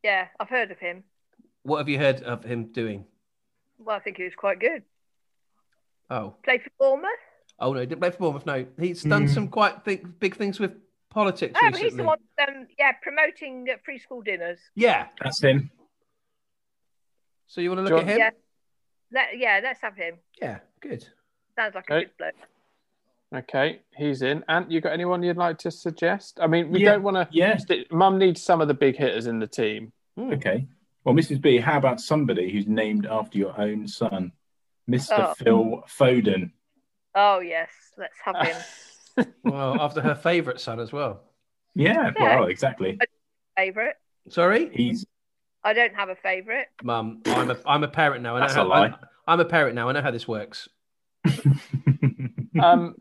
Speaker 4: Yeah. I've heard of him.
Speaker 2: What have you heard of him doing?
Speaker 4: Well, I think he was quite good.
Speaker 2: Oh,
Speaker 4: Play for Bournemouth.
Speaker 2: oh no, he didn't play for Bournemouth. No, he's done
Speaker 3: Hmm.
Speaker 2: some quite big, big things with politics
Speaker 4: Oh,
Speaker 2: recently.
Speaker 4: he's the one. Um, yeah, promoting uh, free school dinners.
Speaker 2: Yeah.
Speaker 3: That's him.
Speaker 2: So you want to
Speaker 1: Do
Speaker 2: look
Speaker 1: you
Speaker 2: at
Speaker 1: want-
Speaker 2: him?
Speaker 4: Yeah. Let, yeah, let's have him.
Speaker 2: yeah. Good.
Speaker 4: Sounds like
Speaker 1: Okay.
Speaker 4: a good bloke.
Speaker 1: Okay, he's in. Ant, you got anyone you'd like to suggest? I mean, we
Speaker 3: Yeah.
Speaker 1: don't want
Speaker 3: Yeah.
Speaker 1: to. Mum needs some of the big hitters in the team.
Speaker 2: Hmm.
Speaker 3: Oh, Okay. Well, Mrs. B, how about somebody who's named after your own son, Mr.
Speaker 4: Oh.
Speaker 3: Phil Foden?
Speaker 4: Oh yes, let's have
Speaker 1: (laughs)
Speaker 3: (laughs)
Speaker 4: him.
Speaker 2: Well, after her favourite son as well.
Speaker 3: Yeah.
Speaker 4: Yeah.
Speaker 3: Well, exactly.
Speaker 4: favorite.
Speaker 2: Sorry.
Speaker 1: (laughs)
Speaker 3: He's
Speaker 4: I don't have a favorite.
Speaker 2: Mum, I'm a I'm a parent now. I know
Speaker 3: That's
Speaker 2: how,
Speaker 3: a lie.
Speaker 2: I, I'm a parent now. I know how this works.
Speaker 1: um,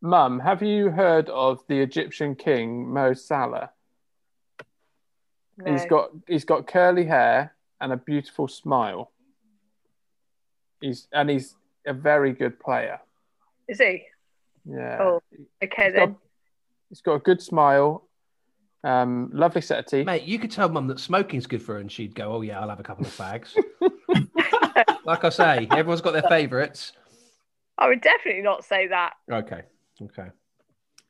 Speaker 1: Mum, have you heard of the Egyptian king Mo Salah?
Speaker 4: No.
Speaker 1: He's got he's got curly hair and a beautiful smile. He's and he's a very good player.
Speaker 4: Is he?
Speaker 1: Yeah,
Speaker 4: Oh, okay
Speaker 1: he's got,
Speaker 4: then.
Speaker 1: he's got a good smile, um, lovely set of teeth.
Speaker 2: Mate, you could tell Mum that smoking's good for her, and she'd go, "Oh yeah, I'll have a couple of
Speaker 4: (laughs)
Speaker 2: fags." like I say, everyone's got their favourites.
Speaker 4: I would definitely not say that.
Speaker 2: Okay. Okay.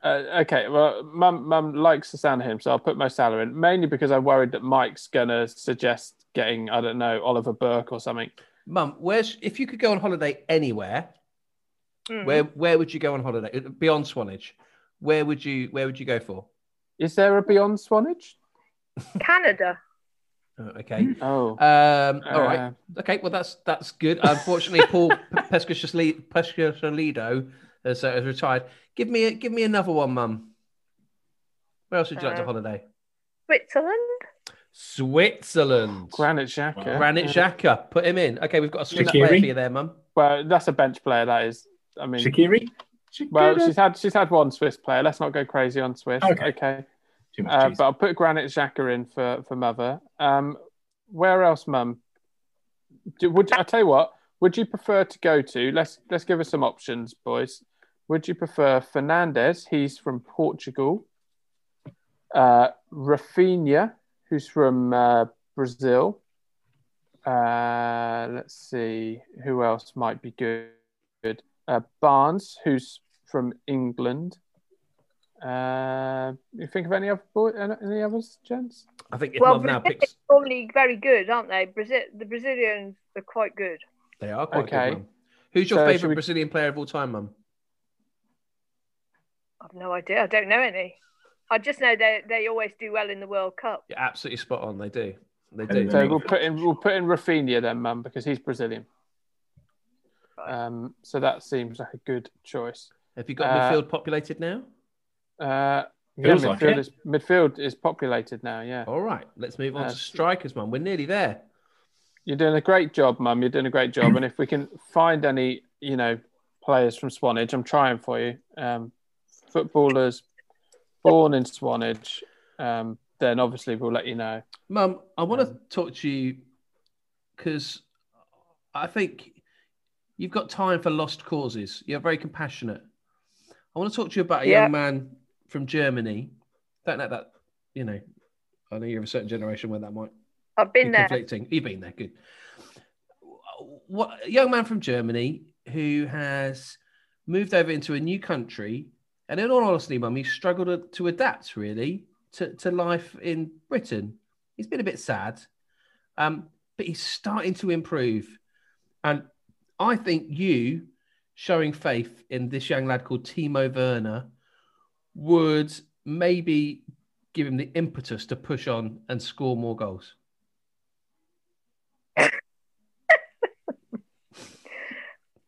Speaker 1: Uh, okay, well, Mum, Mum likes the sound of him, so I'll put Mo Salah in mainly because I'm worried that Mike's gonna suggest getting I don't know Oliver Burke or something.
Speaker 2: Mum, where's if you could go on holiday anywhere,
Speaker 4: Mm.
Speaker 2: where
Speaker 1: Mm-hmm.
Speaker 2: where would you go on holiday Uh, beyond Swanage? Where would you where would you go for?
Speaker 1: Is there a Beyond Swanage?
Speaker 4: Canada.
Speaker 2: Oh, okay.
Speaker 1: Oh,
Speaker 2: Um, all right.
Speaker 1: Uh,
Speaker 2: Okay, well that's that's good.
Speaker 1: (laughs)
Speaker 2: Unfortunately, Paul Pescasolido has, uh, has retired. Give me a, give me another one, Mum. Where else would you like to
Speaker 4: Uh,
Speaker 2: holiday?
Speaker 4: Switzerland.
Speaker 1: (gasps)
Speaker 2: Switzerland.
Speaker 1: Granite Xhaka.
Speaker 3: Wow.
Speaker 2: Granit Xhaka. Put him in. Okay, we've got a Swiss
Speaker 3: Shaqiri.
Speaker 2: player for you there, mum.
Speaker 1: Well, that's a bench player. That is. I mean,
Speaker 3: Shakiri?
Speaker 1: well, she's had she's had one Swiss player. Let's not go crazy on Swiss.
Speaker 3: Okay.
Speaker 1: Okay.
Speaker 3: Too much
Speaker 1: Uh,
Speaker 3: cheese.
Speaker 1: but I'll put Granite Xhaka in for for mother. Um, where else, mum? Do, would I tell you what? Would you prefer to go to? Let's let's give us some options, boys. Would you prefer Fernandez? He's from Portugal. Uh, Rafinha, who's from uh, Brazil. Uh, let's see who else might be good. Uh, Barnes, who's from England. Uh, you think of any other boy, any others, gents?
Speaker 2: I think if
Speaker 4: Well,
Speaker 2: mum now
Speaker 4: Brazil
Speaker 2: picks,
Speaker 4: is normally very good, aren't they? Brazil, the Brazilians are quite good.
Speaker 2: they are quite
Speaker 1: Okay.
Speaker 2: good. Mum. Who's your
Speaker 1: So, should
Speaker 2: favourite
Speaker 1: we-
Speaker 2: Brazilian player of all time, mum?
Speaker 4: I've no idea. I don't know any. I just know they they always do well in the World Cup.
Speaker 2: You're absolutely spot on. They do. They
Speaker 3: And
Speaker 2: do.
Speaker 3: then-
Speaker 1: So we'll put in we'll put in Rafinha then, man, because he's Brazilian. Um, so that seems like a good choice.
Speaker 2: Have you got
Speaker 1: Uh,
Speaker 2: midfield populated now?
Speaker 1: Uh, yeah,
Speaker 3: Feels like
Speaker 1: midfield,
Speaker 3: it.
Speaker 1: is, midfield is populated now. Yeah,
Speaker 2: All right, let's move on
Speaker 1: Uh,
Speaker 2: to strikers, mum. We're nearly there.
Speaker 1: you're doing a great job, Mum. You're doing a great job, and if we can find any, you know, players from Swanage, I'm trying for you. Um, footballers born in Swanage, um, then obviously we'll let you know.
Speaker 2: Mum, I want to
Speaker 1: Um,
Speaker 2: talk to you because I think you've got time for lost causes. You're very compassionate. I want to talk to you about a
Speaker 4: Yeah.
Speaker 2: young man from Germany. Don't let that, you know, I know you're of a certain generation where that might
Speaker 4: I've been
Speaker 2: be
Speaker 4: there.
Speaker 2: conflicting. You've been there, good. What a young man from Germany who has moved over into a new country, and in all honesty, mum, he struggled to, to adapt really to, to life in Britain. He's been a bit sad, um, but he's starting to improve. And I think you showing faith in this young lad called Timo Werner would maybe give him the impetus to push on and score more goals.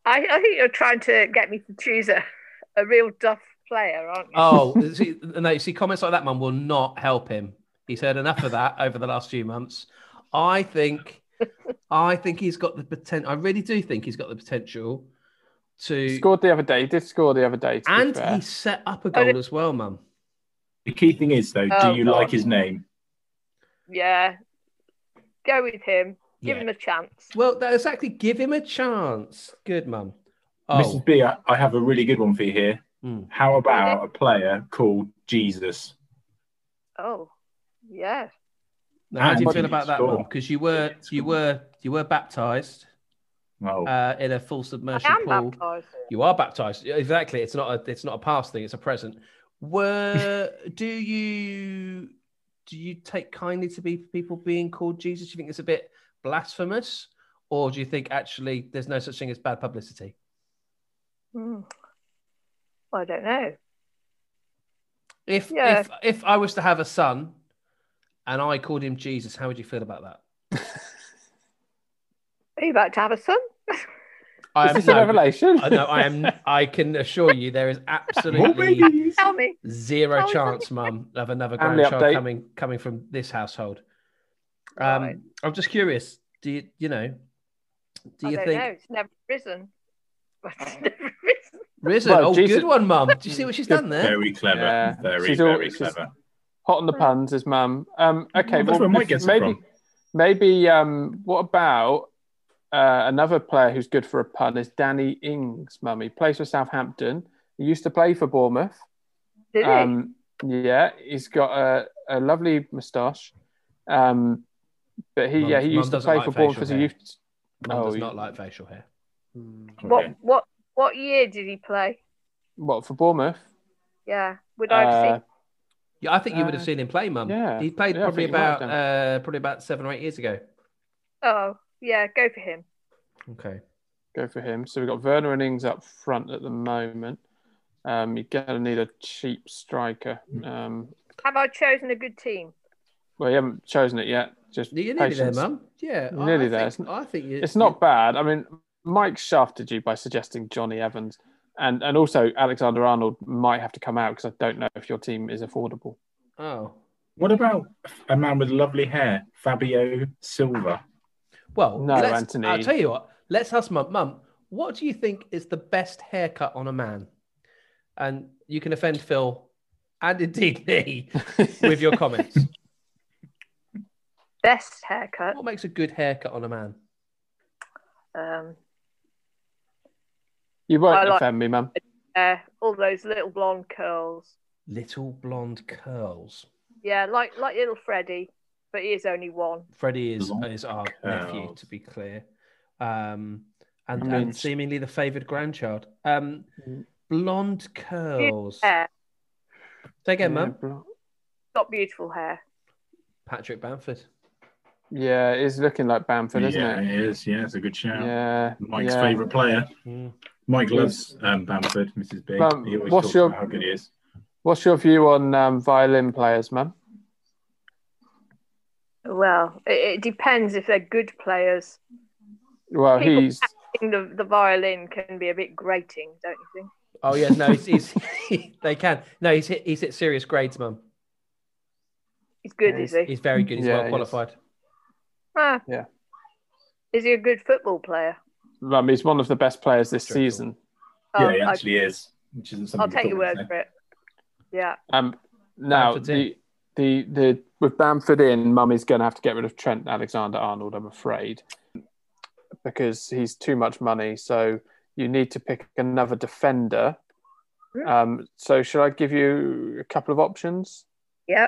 Speaker 4: I, I think you're trying to get me to choose a, a real duff player, aren't you?
Speaker 2: Oh, see, no, you see, comments like that, man, will not help him. He's heard enough of that over the last few months. I think, I think he's got the potential. I really do think he's got the potential to.
Speaker 1: He scored the other day. He did score the other day. To be
Speaker 2: and
Speaker 1: fair.
Speaker 2: he set up a goal as well, mum.
Speaker 3: The key thing is, though,
Speaker 4: Oh,
Speaker 3: do you
Speaker 4: God.
Speaker 3: like his name?
Speaker 4: Yeah. Go with him. Give
Speaker 2: Yeah.
Speaker 4: him a chance.
Speaker 2: Well, that, exactly. Give him a chance. Good, mum.
Speaker 3: Mrs.
Speaker 2: Oh,
Speaker 3: B, I, I have a really good one for you here.
Speaker 1: Hmm.
Speaker 2: Mm.
Speaker 3: How about a player called Jesus?
Speaker 4: Oh, yeah.
Speaker 2: now, how do you
Speaker 3: Andy
Speaker 2: feel about that,
Speaker 3: score.
Speaker 2: mum? Because you were, you were, you were baptized
Speaker 3: Oh,
Speaker 2: uh, in a full
Speaker 4: I
Speaker 2: submersion
Speaker 4: am
Speaker 2: pool.
Speaker 4: baptised.
Speaker 2: You are baptized. Yeah, Exactly. It's not a it's not a past thing, it's a present.
Speaker 1: (laughs)
Speaker 2: Were do you do you take kindly to be people being called Jesus? Do you think it's a bit blasphemous? Or do you think actually there's no such thing as bad publicity?
Speaker 4: Hmm. I don't know.
Speaker 2: If
Speaker 4: Yeah.
Speaker 2: if if I was to have a son and I called him Jesus, how would you feel about that?
Speaker 4: Are you about to have a son?
Speaker 2: I
Speaker 1: Is
Speaker 2: am
Speaker 1: this a
Speaker 2: Um, no,
Speaker 1: revelation?
Speaker 2: I- no, I am I can assure you there is
Speaker 1: (laughs)
Speaker 3: More
Speaker 2: absolutely
Speaker 3: babies.
Speaker 4: Tell me.
Speaker 2: Zero
Speaker 4: Oh, is
Speaker 2: chance, mum, of another
Speaker 1: Family
Speaker 2: grandchild
Speaker 1: update.
Speaker 2: coming coming from this household. Um,
Speaker 4: Right.
Speaker 2: I'm just curious. Do you you know? Do
Speaker 4: I
Speaker 2: you
Speaker 4: don't
Speaker 2: think
Speaker 4: know. It's never risen. (laughs) It's never risen.
Speaker 2: risen?
Speaker 1: Well,
Speaker 2: oh,
Speaker 1: Jesus-
Speaker 2: good one, mum. Do you see what she's done there?
Speaker 3: Very clever.
Speaker 1: Yeah.
Speaker 3: Very,
Speaker 1: She's all-
Speaker 3: very
Speaker 1: she's-
Speaker 3: clever.
Speaker 1: (laughs) Hot on the puns, is mum. Um, okay,
Speaker 3: That's
Speaker 1: well,
Speaker 3: where Mike
Speaker 1: if-
Speaker 3: gets it
Speaker 1: maybe,
Speaker 3: from.
Speaker 1: maybe. Um, what about uh, another player who's good for a pun? Is Danny Ings, mum? He plays for Southampton. He used to play for Bournemouth.
Speaker 4: Did he?
Speaker 1: Um, yeah, he's got a, a lovely moustache. Um, but he,
Speaker 2: Mum-
Speaker 1: yeah, he
Speaker 2: mum
Speaker 1: used to
Speaker 2: doesn't
Speaker 1: play
Speaker 2: like
Speaker 1: for Bournemouth
Speaker 2: facial
Speaker 1: as a
Speaker 2: hair.
Speaker 1: youth.
Speaker 2: Mum
Speaker 1: Oh,
Speaker 2: does
Speaker 1: you-
Speaker 2: not like facial hair.
Speaker 4: What
Speaker 3: Okay.
Speaker 4: what what year did he play?
Speaker 1: What for Bournemouth?
Speaker 4: Yeah. Would I have
Speaker 1: Uh,
Speaker 4: seen?
Speaker 2: Yeah, I think you would have
Speaker 1: Uh,
Speaker 2: seen him play, mum.
Speaker 1: yeah.
Speaker 2: he played
Speaker 1: Yeah, I
Speaker 2: probably
Speaker 1: think you might have
Speaker 2: about uh, probably about seven or eight years ago.
Speaker 4: Oh, yeah. Go for him.
Speaker 2: Okay.
Speaker 1: go for him. So we've got Werner and Ings up front at the moment. Um, you're going to need a cheap striker.
Speaker 3: Mm.
Speaker 1: Um,
Speaker 4: Have I chosen a good team?
Speaker 1: well, you haven't chosen it yet. Just
Speaker 2: You're nearly
Speaker 1: patience.
Speaker 2: there, mum. Yeah, I-
Speaker 1: Nearly
Speaker 2: I,
Speaker 1: there. It's
Speaker 2: Think,
Speaker 1: n-
Speaker 2: I think you,
Speaker 1: It's not bad. I mean, Mike shafted you by suggesting Johnny Evans, and and also Alexander Arnold might have to come out because I don't know if your team is affordable.
Speaker 2: Oh,
Speaker 3: What about a man with lovely hair, Fabio Silva?
Speaker 2: Well,
Speaker 1: No,
Speaker 2: let's-
Speaker 1: Anthony.
Speaker 2: I'll tell you what. Let's ask Mum. Mum, what do you think is the best haircut on a man? And you can offend Phil and indeed me
Speaker 1: (laughs)
Speaker 2: with your comments.
Speaker 4: Best haircut.
Speaker 2: what makes a good haircut on a man?
Speaker 4: Um,
Speaker 1: you won't
Speaker 4: I like-
Speaker 1: offend me, mum.
Speaker 4: yeah, all those little blonde curls.
Speaker 2: Little blonde curls.
Speaker 4: Yeah, like like little Freddy, but he is only one.
Speaker 2: Freddie is
Speaker 3: Blonde
Speaker 2: is our nephew,
Speaker 3: curls.
Speaker 2: to be clear, um, and,
Speaker 1: I mean-
Speaker 2: and seemingly the favoured grandchild. Um, blonde curls.
Speaker 4: Hair,
Speaker 2: Say again,
Speaker 1: yeah,
Speaker 2: Mum.
Speaker 1: bro-
Speaker 4: got beautiful hair.
Speaker 2: Patrick Bamford.
Speaker 1: yeah, it's looking like Bamford, isn't
Speaker 3: yeah,
Speaker 1: it?
Speaker 3: it is. Yeah, it's a good shout.
Speaker 1: Yeah.
Speaker 3: Mike's
Speaker 1: yeah.
Speaker 3: favourite player.
Speaker 2: Mm.
Speaker 3: Mike loves um, Bamford, Mrs. Big.
Speaker 1: Bam-
Speaker 3: he always
Speaker 1: what's
Speaker 3: talks
Speaker 1: your-
Speaker 3: about how good he is.
Speaker 1: What's your view on um, violin players, mum?
Speaker 4: Well, it, it depends if they're good players.
Speaker 1: Well,
Speaker 4: People-
Speaker 1: he's
Speaker 4: I think the, the violin can be a bit grating, don't you think?
Speaker 2: Oh yeah, no, he's, he's (laughs) they can. No, he's hit, he's hit serious grades, Mum.
Speaker 4: He's good,
Speaker 1: Yeah,
Speaker 4: is he?
Speaker 2: He's very good. He's
Speaker 1: Yeah,
Speaker 2: well
Speaker 1: he is.
Speaker 2: qualified.
Speaker 4: Ah.
Speaker 1: Yeah.
Speaker 4: Is he a good football player?
Speaker 1: um, he's one of the best players this
Speaker 2: Dreadful.
Speaker 1: season.
Speaker 4: Oh,
Speaker 3: yeah, he
Speaker 4: I-
Speaker 3: actually is, which isn't something
Speaker 4: I'll
Speaker 3: you
Speaker 4: take your
Speaker 3: thought,
Speaker 4: word for it. Yeah.
Speaker 1: Um, now
Speaker 2: Bamford's
Speaker 1: the, the the with Bamford in, Mummy's going to have to get rid of Trent Alexander Arnold, I'm afraid, because he's too much money. So you need to pick another defender. Um, so should I give you a couple of options?
Speaker 4: Yeah.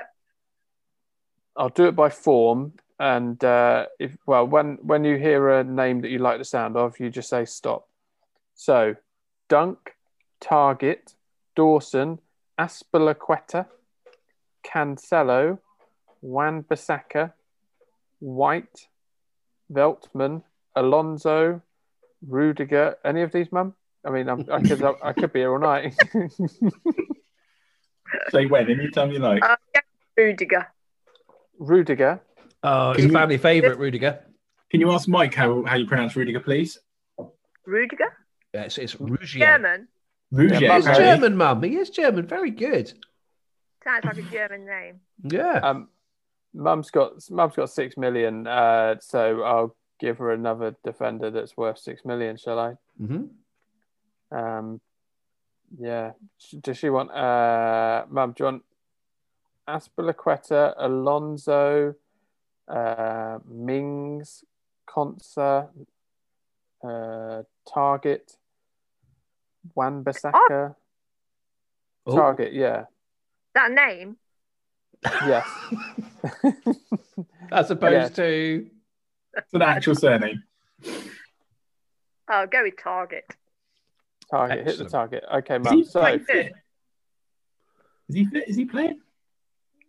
Speaker 1: I'll do it by form, and uh, if well, when when you hear a name that you like the sound of, you just say stop. So, Dunk, Target, Dawson, Aspilaqueta, Cancelo, Wan Bissaka, White, Veltman, Alonso, Rudiger. Any of these, Mum? I mean, I'm, I could I could be here all night. (laughs)
Speaker 3: Say when, anytime you
Speaker 4: (laughs)
Speaker 3: like.
Speaker 4: Uh, yeah, Rudiger.
Speaker 1: Rudiger.
Speaker 2: Oh, he's
Speaker 3: Can
Speaker 2: a
Speaker 3: you-
Speaker 2: family favourite, Rudiger.
Speaker 3: Can you ask Mike how, how you pronounce Rudiger, please?
Speaker 4: Rudiger?
Speaker 2: Yeah, it's it's Rugier.
Speaker 4: German.
Speaker 3: Rudiger.
Speaker 1: Yeah,
Speaker 2: He's
Speaker 1: Mum's
Speaker 3: apparently.
Speaker 2: German, Mum. He is German. Very good.
Speaker 4: Sounds like a German name.
Speaker 2: Yeah.
Speaker 1: Um, mum's got mum's got six million. Uh, so I'll give her another defender that's worth six million. Shall I?
Speaker 2: hmm
Speaker 1: Um, yeah. Sh- Does she want? Uh, Mum, do you want Aspilaqueta, Alonso, uh, Mings, Consa, uh, Target, Wan Bissaka?
Speaker 2: Oh.
Speaker 1: Target, yeah, (laughs)
Speaker 4: That name?
Speaker 1: yes.
Speaker 2: (laughs) As opposed to
Speaker 3: It's an actual surname.
Speaker 4: Oh, go with Target.
Speaker 1: target, hit the
Speaker 2: Excellent.
Speaker 1: target. Okay,
Speaker 3: Is
Speaker 1: Mum.
Speaker 3: he
Speaker 1: So
Speaker 3: playing fit? Is he fit? Is he playing?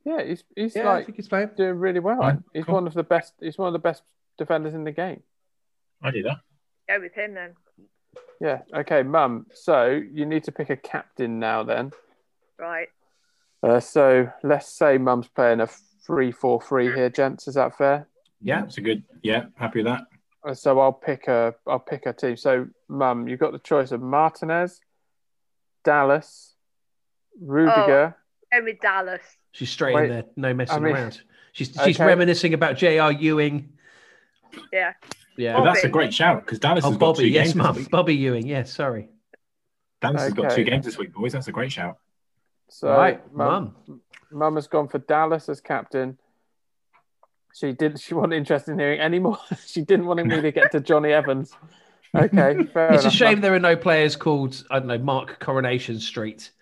Speaker 1: yeah, he's he's
Speaker 2: yeah, I
Speaker 1: like
Speaker 2: think he's playing.
Speaker 1: doing really well.
Speaker 3: Right,
Speaker 1: He's
Speaker 3: cool.
Speaker 1: one of the best. He's one of the best defenders in the game.
Speaker 3: I do that.
Speaker 4: Go with him then.
Speaker 1: Yeah. Okay, Mum. So you need to pick a captain now. Then.
Speaker 4: Right.
Speaker 1: Uh, so let's say Mum's playing a three-four-three here, gents. Is that fair?
Speaker 3: Yeah, it's a good. Yeah, happy with that.
Speaker 1: Uh, So I'll pick a. I'll pick a team. So Mum, you've got the choice of Martinez, Dallas, Rudiger.
Speaker 4: Go with Dallas.
Speaker 2: She's straight
Speaker 1: Wait,
Speaker 2: in there, no messing
Speaker 1: I mean-
Speaker 2: around. She's she's
Speaker 1: Okay.
Speaker 2: reminiscing about J.R. Ewing.
Speaker 4: Yeah.
Speaker 2: Yeah.
Speaker 3: But
Speaker 2: Oh,
Speaker 4: Oh,
Speaker 3: that's a great shout because Dallas has got
Speaker 2: Bobby.
Speaker 3: two
Speaker 2: Yes,
Speaker 3: games. this
Speaker 2: Mum.
Speaker 3: week.
Speaker 2: Bobby Ewing. Yes, sorry.
Speaker 3: Dallas has got
Speaker 1: Okay.
Speaker 3: two games this week, boys. That's a great shout.
Speaker 1: So um,
Speaker 2: right,
Speaker 1: Mum.
Speaker 2: Mum.
Speaker 1: Mum has gone for Dallas as captain. She didn't. She wasn't interested in hearing any more. (laughs) she didn't want me to get to Johnny Evans. Okay,
Speaker 2: (laughs)
Speaker 1: fair
Speaker 2: It's a
Speaker 1: enough.
Speaker 2: shame there are no players called I don't know Mark Coronation Street.
Speaker 1: (laughs)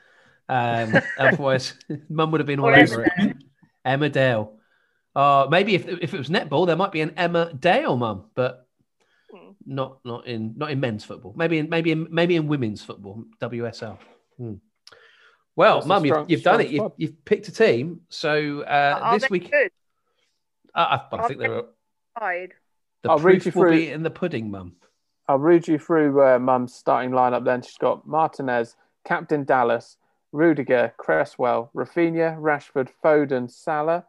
Speaker 2: Um, otherwise, (laughs) Mum would have been all
Speaker 4: Or
Speaker 2: over it.
Speaker 4: Emmerdale.
Speaker 2: Emma Dale. Uh, maybe if if it was netball, there might be an Emma Dale mum, but
Speaker 4: Hmm.
Speaker 2: not not in not in men's football. Maybe in maybe in maybe in women's football, WSL. Hmm. Well,
Speaker 1: That's a
Speaker 2: mum, you've,
Speaker 1: strong-
Speaker 2: you've done
Speaker 1: strong
Speaker 2: it. You've,
Speaker 1: squad.
Speaker 2: you've picked a team. So uh,
Speaker 4: Are
Speaker 2: this
Speaker 4: they
Speaker 2: week,
Speaker 4: Oh, good?
Speaker 2: I, I, well, I
Speaker 4: Are
Speaker 2: think there are
Speaker 4: Side.
Speaker 2: the
Speaker 1: I'll read
Speaker 2: proof
Speaker 1: you
Speaker 2: will be
Speaker 1: through-
Speaker 2: in the pudding, mum.
Speaker 1: I'll read you through uh, Mum's starting lineup. Then she's got Martinez, captain Dallas, Rudiger, Cresswell, Rafinha, Rashford, Foden, Salah,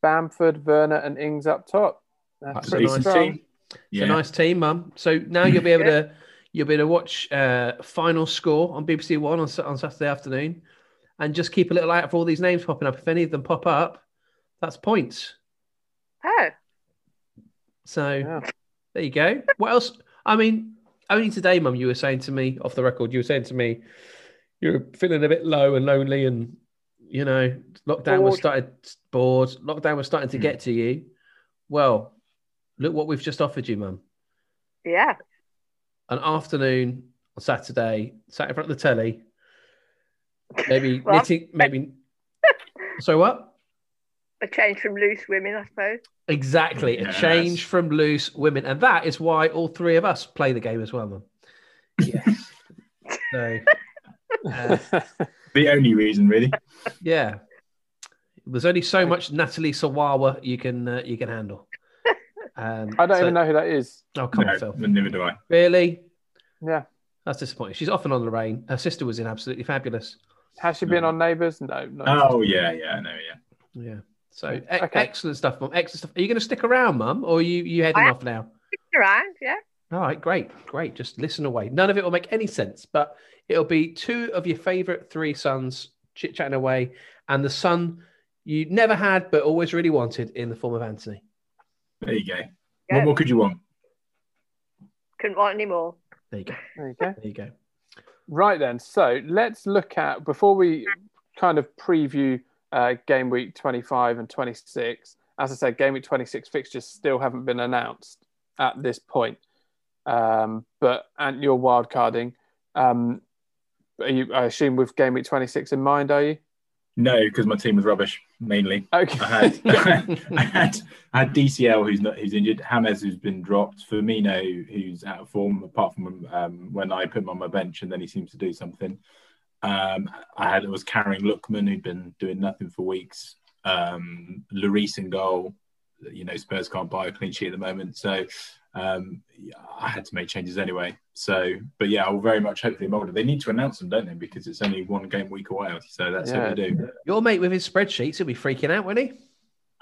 Speaker 1: Bamford, Werner, and Ings up top.
Speaker 2: That's
Speaker 1: That's
Speaker 2: a
Speaker 1: pretty
Speaker 2: nice
Speaker 1: strong. (laughs)
Speaker 3: team.
Speaker 2: It's
Speaker 3: Yeah,
Speaker 2: a nice team, mum. So now you'll be able to you'll be able to watch uh, final score on BBC One on, Sa- on Saturday afternoon, and just keep a little eye out for all these names popping up. If any of them pop up, That's points.
Speaker 4: Oh,
Speaker 2: So
Speaker 1: Yeah.
Speaker 2: there you go. What else? I mean, only today, Mum, you were saying to me off the record, you were saying to me, you were feeling a bit low and lonely, and you know, lockdown was
Speaker 4: Bored.
Speaker 2: started bored. Lockdown was starting to
Speaker 3: Hmm.
Speaker 2: get to you. Well, look what we've just offered you, Mum.
Speaker 4: yeah.
Speaker 2: An afternoon on Saturday, sat in front of the telly,
Speaker 1: (laughs)
Speaker 2: maybe
Speaker 4: Well,
Speaker 2: knitting, maybe. so what?
Speaker 4: A change from loose women, I suppose.
Speaker 2: Exactly,
Speaker 3: Yes.
Speaker 2: a change from loose women, and that is why all three of us play the game as well, Mum. Yes. so uh,
Speaker 3: The only reason, really.
Speaker 2: yeah, there's only so much Natalie Sawawa you can uh, you can handle. Um,
Speaker 1: I don't
Speaker 2: so-
Speaker 1: even know who that is.
Speaker 2: Oh come on,
Speaker 3: no,
Speaker 2: Phil!
Speaker 3: neither do I.
Speaker 2: Really?
Speaker 1: Yeah.
Speaker 2: That's disappointing. She's off and on Lorraine. Her sister was in absolutely fabulous.
Speaker 1: Has she been
Speaker 3: No.
Speaker 1: on Neighbours? No, no.
Speaker 3: Oh yeah, yeah, no, yeah.
Speaker 2: Yeah. So e-
Speaker 1: Okay.
Speaker 2: excellent stuff, Mum. Excellent stuff. Are you going to stick around, Mum, or are you you heading
Speaker 4: I-
Speaker 2: off now?
Speaker 4: Around, yeah.
Speaker 2: All right, great, great. Just listen away. None of it will make any sense, but it'll be two of your favorite three sons chit chatting away, and the son you never had but always really wanted in the form of Anthony.
Speaker 3: There you go.
Speaker 4: Yeah.
Speaker 3: What more could you want?
Speaker 4: Couldn't want any more.
Speaker 2: There you go.
Speaker 1: There you go.
Speaker 2: There you go.
Speaker 1: Right then. So let's look at before we kind of preview uh, game week 25 and 26. As I said, game week 26 fixtures still haven't been announced at this point. Um, but and you're wild carding. Um, are you, I assume with game week 26 in mind, are you? (laughs)
Speaker 3: No, because my team was rubbish mainly.
Speaker 1: Okay.
Speaker 3: I
Speaker 1: (laughs)
Speaker 3: had, (laughs) I had, I had DCL who's not who's injured, Hames who's been dropped, Firmino who's out of form apart from um, when I put him on my bench and then he seems to do something. Um, I had I was carrying Lookman who'd been doing nothing for weeks. Um, Lloris in goal. You know Spurs can't buy a clean sheet at the moment, so um, yeah, I had to make changes anyway. So, but yeah, I'll very much hopefully mold it. They need to announce them, don't they? Because it's only one game week away, so that's
Speaker 1: Yeah.
Speaker 3: what they do.
Speaker 2: Your mate with his spreadsheets, he'll be freaking out, won't he?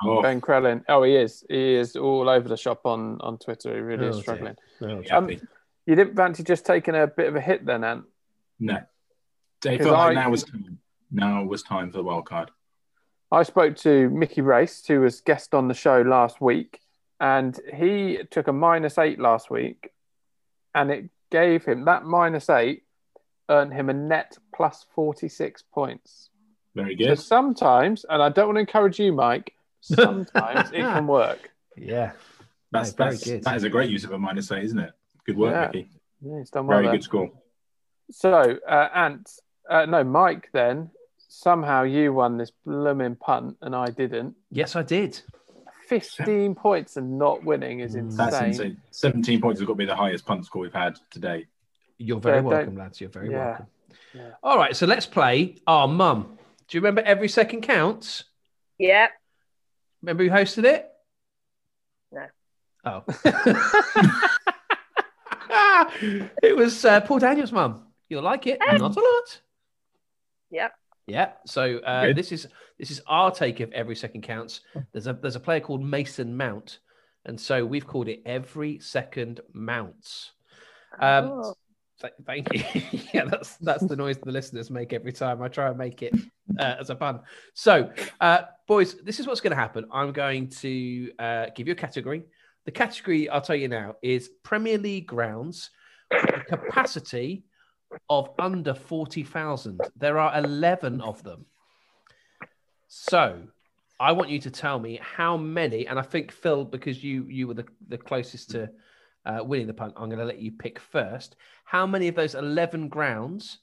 Speaker 3: Oh,
Speaker 1: Ben Krellin. Oh, he is. He is all over the shop on, on Twitter. He really
Speaker 2: Oh,
Speaker 1: is
Speaker 2: dear.
Speaker 1: struggling.
Speaker 2: No.
Speaker 3: yeah,
Speaker 1: um,
Speaker 3: please.
Speaker 1: You didn't fancy just taking a bit of a hit then, Ant?
Speaker 3: No. They
Speaker 1: 'Cause
Speaker 3: felt like
Speaker 1: I-
Speaker 3: now was time. Now was time for the wild card.
Speaker 1: I spoke to Mickey Race, who was guest on the show last week, and he took a minus eight last week, and it gave him that minus eight earned him a net plus 46 points.
Speaker 3: Very
Speaker 1: So
Speaker 3: good.
Speaker 1: sometimes, and I don't want to encourage you,
Speaker 3: (laughs)
Speaker 1: Mike, sometimes it can work.
Speaker 2: Yeah.
Speaker 3: That's
Speaker 2: very
Speaker 3: that's
Speaker 2: good.
Speaker 3: that is a great use of a minus eight, isn't it? Good work,
Speaker 1: Yeah.
Speaker 3: Mickey.
Speaker 1: Yeah, he's done well
Speaker 3: Very
Speaker 1: there.
Speaker 3: good score.
Speaker 1: So, uh, Ant, uh, no, Mike, then somehow you won this blooming punt and I didn't.
Speaker 2: Yes, I did.
Speaker 1: 15 points and not winning is
Speaker 2: Mm.
Speaker 1: insane.
Speaker 3: That's insane. Seventeen points has got to be the highest punt score we've had today.
Speaker 2: You're very
Speaker 1: Yeah, don't-
Speaker 2: welcome, lads. You're very
Speaker 1: Yeah.
Speaker 2: welcome.
Speaker 1: Yeah.
Speaker 2: All right, so let's play our mum. Do you remember every second counts?
Speaker 4: Yeah.
Speaker 2: Remember who hosted it?
Speaker 4: No.
Speaker 2: Oh. (laughs) it was uh, Paul Daniels' mum. You'll like it. Not a lot.
Speaker 4: Yep.
Speaker 2: Yeah. So uh,
Speaker 3: Good.
Speaker 2: this is this is our take of every second counts. There's a there's a player called Mason Mount, and so we've called it every second mounts. Um,
Speaker 4: Oh.
Speaker 2: Th- thank you. (laughs) yeah, that's that's the noise the listeners make every time I try and make it uh, as a pun. So, uh, boys, this is what's going to happen. I'm going to uh, give you a category. The category I'll tell you now is Premier League grounds, with a capacity of under forty thousand. There are eleven of them. So, I want you to tell me how many. And I think Phil, because you you were the, the closest to uh, winning the punt, I'm going to let you pick first how many of those 11 grounds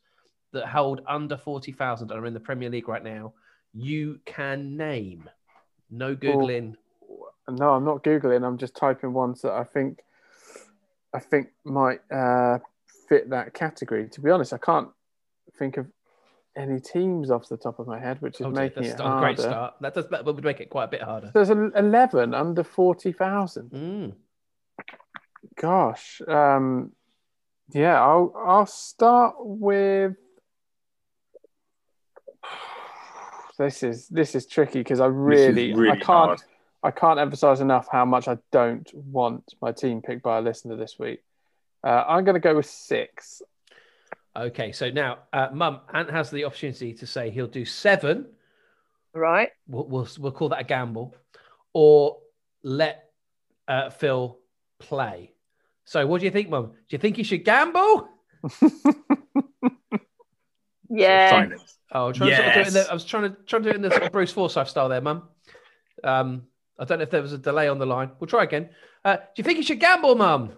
Speaker 2: that hold under 40,000 and are in the Premier League right now you can name. No Googling.
Speaker 1: No, I'm not googling. I'm just typing ones that I think I think might uh, fit that category. To be honest, I can't think of any teams off the top of my head, which is
Speaker 2: Oh, dear,
Speaker 1: making
Speaker 2: that's
Speaker 1: it
Speaker 2: a great
Speaker 1: harder.
Speaker 2: start. That, does, that would make it quite a bit harder.
Speaker 1: There's a- eleven under forty thousand.
Speaker 2: Mm.
Speaker 1: Gosh, um, yeah. I'll I'll start with. (sighs) This is this is tricky because I
Speaker 3: This is
Speaker 1: really, I can't
Speaker 3: hard.
Speaker 1: I can't emphasize enough how much I don't want my team picked by a listener this week. Uh, I'm going to go with six.
Speaker 2: Okay, so now, uh, Mum, Ant has the opportunity to say he'll do seven
Speaker 4: right?
Speaker 2: We'll, we'll, we'll call that a gamble, or let uh, Phil play. So, what do you think, Mum? Do you think he should gamble?
Speaker 4: Yeah.
Speaker 3: Silence.
Speaker 2: Oh, I'm trying to sort of do it in
Speaker 3: Yes.
Speaker 2: the, I was trying to trying to do it in the sort of Bruce Forsyth style there, Mum. Um, I don't know if there was a delay on the line. We'll try again. Uh, do you think he should gamble, Mum?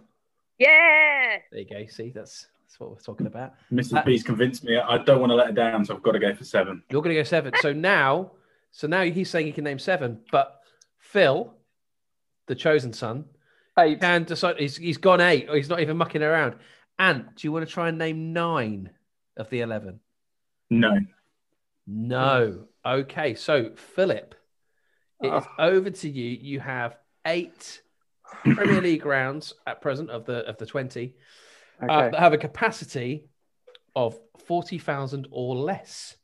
Speaker 4: Yeah.
Speaker 2: There you go. See, that's that's what we're talking about.
Speaker 3: Mrs.
Speaker 2: Uh,
Speaker 3: B's convinced me I don't want to let her down, so I've got to go for seven.
Speaker 2: You're going to go seven. So now, so now he's saying he can name seven, but Phil, the chosen son,
Speaker 1: Eight.
Speaker 2: can decide he's, he's gone eight, or he's not even mucking around. Ant, do you want to try and name nine of the eleven?
Speaker 3: No.
Speaker 2: No. Okay. So Philip, it is
Speaker 1: Ugh.
Speaker 2: over to you. You have eight Premier League rounds at present of the of the twenty
Speaker 1: Okay.
Speaker 2: uh, that have a capacity of forty thousand or less.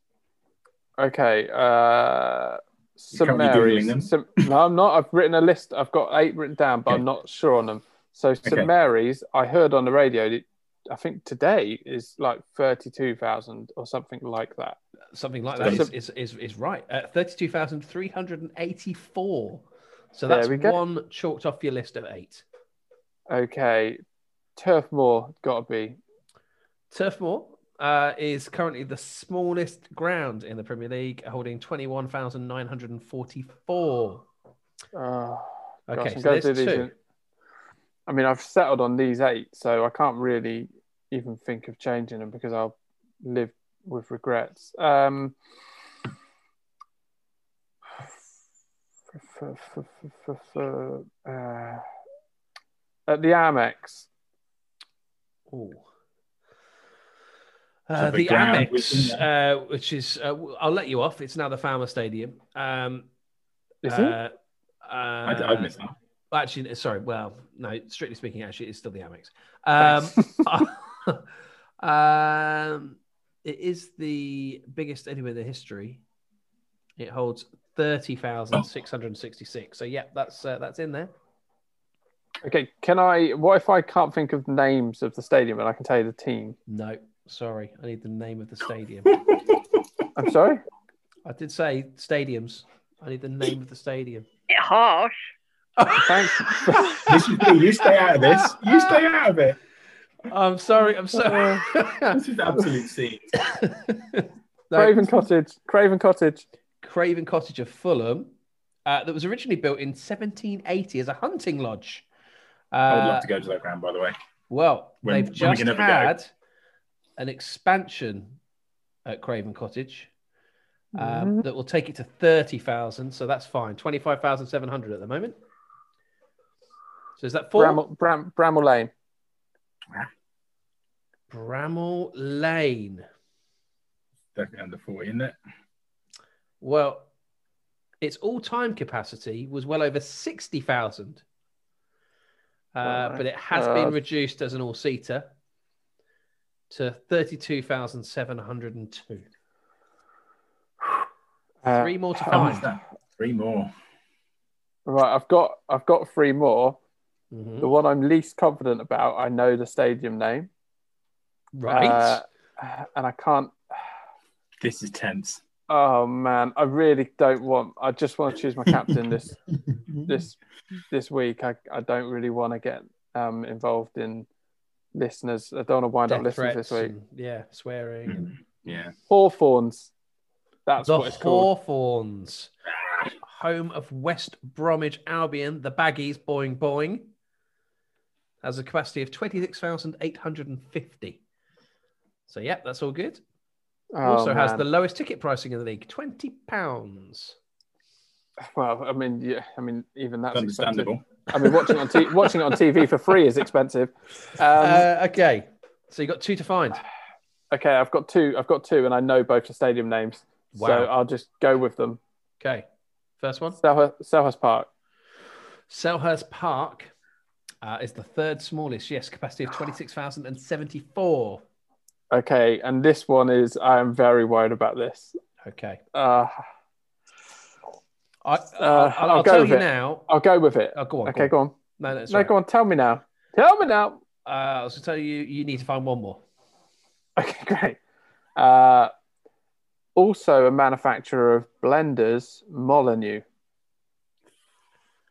Speaker 1: Okay. Uh, St
Speaker 3: currently
Speaker 1: Mary's.
Speaker 3: Googling them?
Speaker 1: St- no, I'm not. I've written a list. I've got eight written down, but
Speaker 3: Okay.
Speaker 1: I'm not sure on them. So St
Speaker 3: Okay.
Speaker 1: Mary's, I heard on the radio. that- I think today is like thirty-two thousand or something like that.
Speaker 2: Something like
Speaker 3: So
Speaker 2: that is,
Speaker 1: that's
Speaker 2: is, is, is right. Uh, Thirty-two thousand three hundred and eighty-four. So
Speaker 1: There
Speaker 2: that's
Speaker 1: we go.
Speaker 2: one chalked off your list of eight.
Speaker 1: Okay, Turf Moor got to be.
Speaker 2: Turf Moor uh, is currently the smallest ground in the Premier League, holding twenty-one thousand nine hundred and forty-four.
Speaker 1: Uh,
Speaker 2: Okay,
Speaker 1: gosh, I'm
Speaker 2: so
Speaker 1: gonna
Speaker 2: there's
Speaker 1: do these
Speaker 2: two.
Speaker 1: in- I mean, I've settled on these eight, so I can't really even think of changing them because I'll live with regrets. Um, f- f- f- f- f- uh, at the Amex,
Speaker 2: Ooh.
Speaker 3: So
Speaker 2: Uh,
Speaker 3: the
Speaker 2: the
Speaker 3: ground
Speaker 2: Amex,
Speaker 3: within
Speaker 2: uh, which is, uh, w- I'll let you off. It's now the Farmer Stadium. Um,
Speaker 1: is it?
Speaker 2: uh, uh,
Speaker 3: I, I missed that.
Speaker 2: actually, sorry. Well, no. Strictly speaking, actually, it's still the Amex. Um, (laughs) um, it is the biggest anywhere in the history. It holds thirty thousand six hundred sixty-six. So yeah, that's uh, that's in there.
Speaker 1: (laughs) okay, can I? What if I can't think of names of the stadium and I can tell you the team?
Speaker 2: No, sorry, I need the name of the stadium.
Speaker 1: I'm sorry.
Speaker 2: I did say stadiums. I need the name of the stadium.
Speaker 4: Bit harsh.
Speaker 1: Thanks.
Speaker 3: Mrs. B, you stay out of this. You stay out of it.
Speaker 2: I'm sorry. I'm sorry.
Speaker 3: This is absolute scene.
Speaker 2: (laughs) (laughs) No,
Speaker 1: Craven Cottage. Craven Cottage.
Speaker 2: Craven Cottage of Fulham, uh, that was originally built in 1780 as a hunting lodge.
Speaker 3: I would
Speaker 2: Uh,
Speaker 3: love to go to that ground, by the way.
Speaker 2: Well,
Speaker 3: When-
Speaker 2: they've
Speaker 3: when we
Speaker 2: just
Speaker 3: can ever go.
Speaker 2: had an expansion at Craven Cottage um,
Speaker 1: Mhm.
Speaker 2: that will take it to 30,000. So that's fine. 25,700 at the moment. So is that four?
Speaker 1: Bramall, Bram, Bramall Lane.
Speaker 2: Bramall Lane.
Speaker 3: Definitely under 40, isn't it?
Speaker 2: Well, its all-time capacity was well over sixty thousand, uh,
Speaker 1: Right.
Speaker 2: but it has been
Speaker 1: Uh,
Speaker 2: reduced as an all-seater to thirty-two thousand seven hundred and two.
Speaker 1: Uh,
Speaker 2: Three more to
Speaker 3: How much
Speaker 2: find.
Speaker 3: is that? Three more.
Speaker 1: Right, I've got I've got three more.
Speaker 2: Mhm.
Speaker 1: The one I'm least confident about, I know the stadium name,
Speaker 2: Right. (laughs)
Speaker 1: Uh, and I can't.
Speaker 3: This is tense.
Speaker 1: Oh man, I really don't want. I just want to choose my captain
Speaker 2: (laughs)
Speaker 1: this this this week. I, I don't really want to get um, involved in listeners. I don't want to wind up
Speaker 2: Death
Speaker 1: listeners this
Speaker 2: threats
Speaker 1: week.
Speaker 2: and, yeah, swearing. and-
Speaker 3: Yeah.
Speaker 1: Hawthorns. That's
Speaker 2: the
Speaker 1: what it's called.
Speaker 2: Hawthorns, home of West Bromwich Albion, the Baggies, boing boing, has a capacity of twenty-six thousand eight hundred and fifty. So yeah, that's all good.
Speaker 1: Oh,
Speaker 2: also has
Speaker 1: man.
Speaker 2: the lowest ticket pricing in the league, twenty pounds.
Speaker 1: well. I mean, yeah. I mean, even that's expensive.
Speaker 3: Understandable.
Speaker 1: I mean, watching it on t- watching it on TV for free is
Speaker 2: (laughs)
Speaker 1: expensive. Um,
Speaker 2: uh, okay, so you got two to find.
Speaker 1: okay, I've got two. I've got two, and I know both the stadium names, so
Speaker 2: Wow.
Speaker 1: I'll just go with them.
Speaker 2: Okay, first one.
Speaker 1: Selhurst, Selhurst Park.
Speaker 2: Selhurst Park uh, is the third smallest. Yes, capacity of twenty-six thousand and seventy-four.
Speaker 1: Okay, and this one is. I am very worried about this.
Speaker 2: Okay,
Speaker 1: Uh,
Speaker 2: I,
Speaker 1: Uh,
Speaker 2: I'll, I'll,
Speaker 1: I'll go
Speaker 2: tell
Speaker 1: with
Speaker 2: you
Speaker 1: it.
Speaker 2: now.
Speaker 1: I'll go with it.
Speaker 2: Oh, go on.
Speaker 1: okay,
Speaker 2: go on.
Speaker 1: go on.
Speaker 2: No, no, it's
Speaker 1: No,
Speaker 2: all right.
Speaker 1: go on. Tell me now. Tell me now.
Speaker 2: Uh, I
Speaker 1: (laughs)
Speaker 2: was going to tell you, you need to find one more.
Speaker 1: Okay, great. Uh, also a manufacturer of blenders, Molyneux.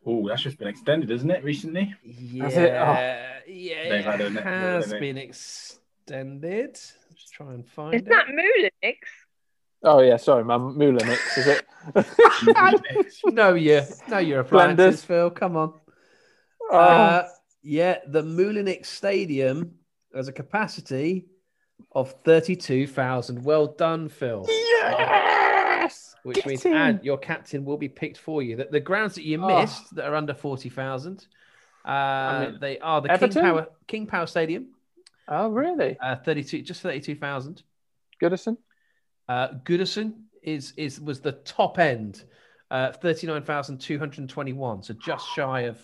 Speaker 3: Oh, that's just been extended, isn't it? Recently,
Speaker 2: Yeah,
Speaker 1: it? Oh.
Speaker 2: yeah,
Speaker 3: They've had
Speaker 2: it
Speaker 3: a net-
Speaker 2: has
Speaker 3: they've had a net.
Speaker 2: been extended. Let's try and find
Speaker 4: Is
Speaker 2: it.
Speaker 4: that Mulinix?
Speaker 1: Oh yeah, sorry, my Mulinix is it?
Speaker 2: (laughs)
Speaker 1: (laughs)
Speaker 2: no, yeah, no, you're appliances, Phil. Come on.
Speaker 1: Uh,
Speaker 2: Uh, yeah, the Mulinix Stadium has a capacity of 32,000. Well done, Phil.
Speaker 1: yes.
Speaker 2: Which
Speaker 1: Get
Speaker 2: means
Speaker 1: in.
Speaker 2: and your captain will be picked for you. The, the grounds that you
Speaker 1: Oh.
Speaker 2: missed that are under 40,000, uh,
Speaker 1: I mean,
Speaker 2: they are the King
Speaker 1: Everton?
Speaker 2: Power, King Power Stadium,
Speaker 1: Oh really?
Speaker 2: uh, 32, just 32,000.
Speaker 1: Goodison.
Speaker 2: Uh, Goodison is, is, was the top end, uh, 39,221. So just shy of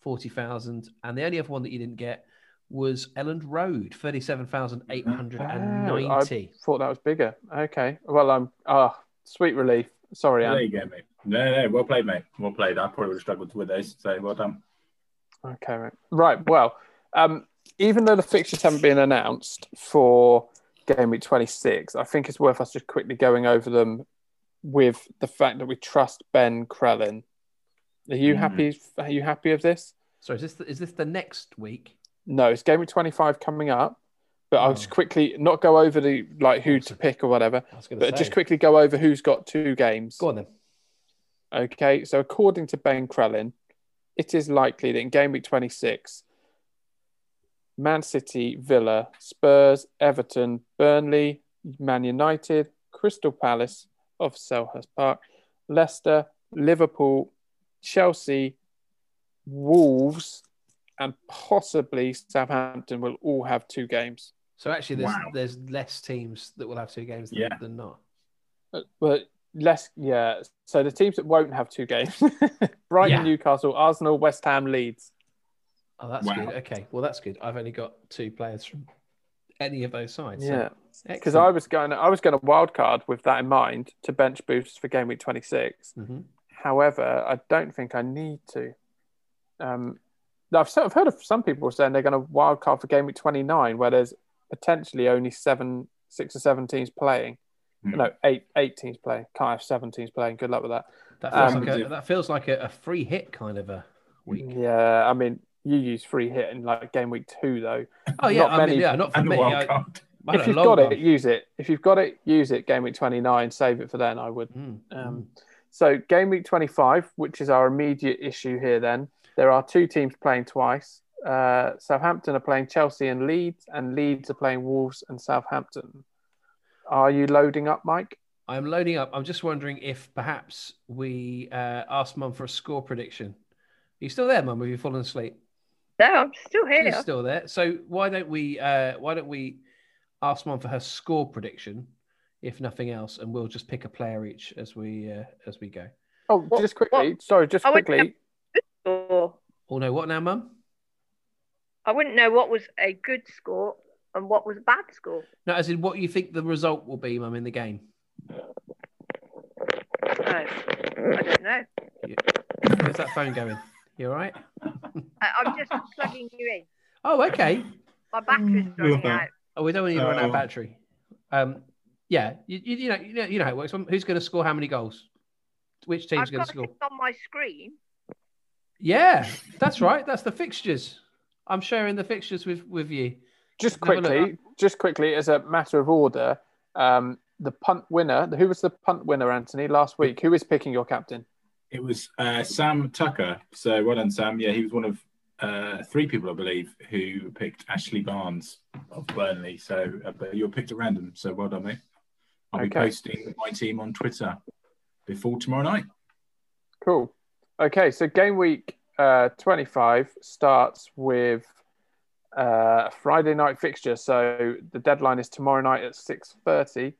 Speaker 2: 40,000. And the only other one that you didn't get was Elland Road, 37,890.
Speaker 1: Thought that was bigger. Okay. Well, I'm. Ah, sweet relief. Sorry,
Speaker 3: there
Speaker 1: Anne.
Speaker 3: you go, mate. No, no, well played, mate. Well played. I probably would have struggled with those, so well done.
Speaker 1: Okay, right. Right. Well, um, even though the fixtures haven't been announced for game week 26, I think it's worth us just quickly going over them with the fact that we trust Ben Krellin. Are you
Speaker 3: Mm.
Speaker 1: happy? Are you happy of this?
Speaker 2: So is this the, is this the next week?
Speaker 1: No, it's game week 25 coming up, but I'll just
Speaker 2: Oh.
Speaker 1: quickly not go over the like who to
Speaker 2: Awesome.
Speaker 1: pick or whatever,
Speaker 2: I was going
Speaker 1: but just quickly go over who's got two games.
Speaker 2: Go on then.
Speaker 1: Okay, so according to Ben Krellin, it is likely that in game week 26, Man City, Villa, Spurs, Everton, Burnley, Man United, Crystal Palace of Selhurst Park, Leicester, Liverpool, Chelsea, Wolves, and possibly Southampton will all have two games.
Speaker 2: So actually, there's
Speaker 3: Wow.
Speaker 2: there's less teams that will have two games than,
Speaker 3: Yeah.
Speaker 2: than not.
Speaker 1: Uh, But less, yeah. So the teams that won't have two games (laughs) Brighton,
Speaker 2: Yeah.
Speaker 1: Newcastle, Arsenal, West Ham, Leeds.
Speaker 2: Oh, that's
Speaker 3: Wow.
Speaker 2: good. Okay, well that's good. I've only got two players from any of those sides.
Speaker 1: Yeah. because I
Speaker 2: because
Speaker 1: was going, I was going to wild card with that in mind to bench boost for game week twenty six.
Speaker 2: I hmm
Speaker 1: However, I don't think I need to. Um, now, I've sort of heard of some people saying they're going to wild card for game week twenty nine, where there's potentially only seven, six or seven teams playing.
Speaker 3: Hmm.
Speaker 1: No, eight, eight teams playing. Can't have seven teams playing. Good luck with that.
Speaker 2: that feels
Speaker 1: Um,
Speaker 2: like a, that feels like a, a free hit kind of a week.
Speaker 1: Yeah, I mean, you use free hit in like game week two though.
Speaker 2: Oh yeah,
Speaker 1: Not
Speaker 2: I mean
Speaker 1: many-
Speaker 2: yeah, not for
Speaker 3: And the
Speaker 2: me. I,
Speaker 3: wild card.
Speaker 2: I had
Speaker 1: if
Speaker 2: a
Speaker 1: you've
Speaker 2: long
Speaker 1: got
Speaker 2: one.
Speaker 1: it, use it. If you've got it, use it. Game week twenty nine, save it for then. I would.
Speaker 2: Mm,
Speaker 1: Um,
Speaker 2: mm.
Speaker 1: So game week 25, which is our immediate issue here. Then there are two teams playing twice. Uh, Southampton are playing Chelsea and Leeds, and Leeds are playing Wolves and Southampton. Are you loading up, Mike?
Speaker 2: I'm loading up. I'm just wondering if perhaps we uh, ask Mum for a score prediction. Are you still there, Mum? Have you fallen asleep?
Speaker 4: No, I'm still here.
Speaker 2: She's still there. So why don't we uh, why don't we ask Mum for her score prediction, if nothing else, and we'll just pick a player each as we uh, as we go.
Speaker 1: Oh,
Speaker 4: What-
Speaker 1: just quickly. Sorry, just
Speaker 4: I would-
Speaker 1: quickly.
Speaker 4: Or
Speaker 2: All know what now, Mum?
Speaker 4: I wouldn't know what was a good score and what was a bad score.
Speaker 2: No, as in what you think the result will be, Mum, in the game.
Speaker 4: No, I don't know.
Speaker 2: Where's that phone going? You all right?
Speaker 4: I, I'm
Speaker 3: (laughs)
Speaker 4: just plugging you in.
Speaker 2: Oh, okay.
Speaker 4: My battery's
Speaker 3: Mm,
Speaker 4: running
Speaker 3: yeah.
Speaker 4: out.
Speaker 2: Oh, we don't want you to run out of
Speaker 3: Oh.
Speaker 2: battery. Um, yeah, you, you, you know you know you know how it works. Mum. Who's going to score how many goals? Which team's
Speaker 4: I've
Speaker 2: going
Speaker 4: got
Speaker 2: to score?
Speaker 4: it on my screen.
Speaker 2: Yeah, that's right. That's the fixtures. I'm sharing the fixtures with with you.
Speaker 1: Just
Speaker 2: have a look.
Speaker 1: quickly. Just quickly, as a matter of order, um, the punt winner. Who was the punt winner, Anthony, last week? Who is picking your captain?
Speaker 3: It was uh, Sam Tucker. So well done, Sam. Yeah, he was one of uh, three people, I believe, who picked Ashley Barnes of Burnley. So uh, but you were picked at random. So well done, mate. I'll be
Speaker 1: Okay.
Speaker 3: posting my team on Twitter before tomorrow night.
Speaker 1: Cool. Okay, so game week uh, 25 starts with uh, Friday night fixture. So the deadline is tomorrow night at 6.30.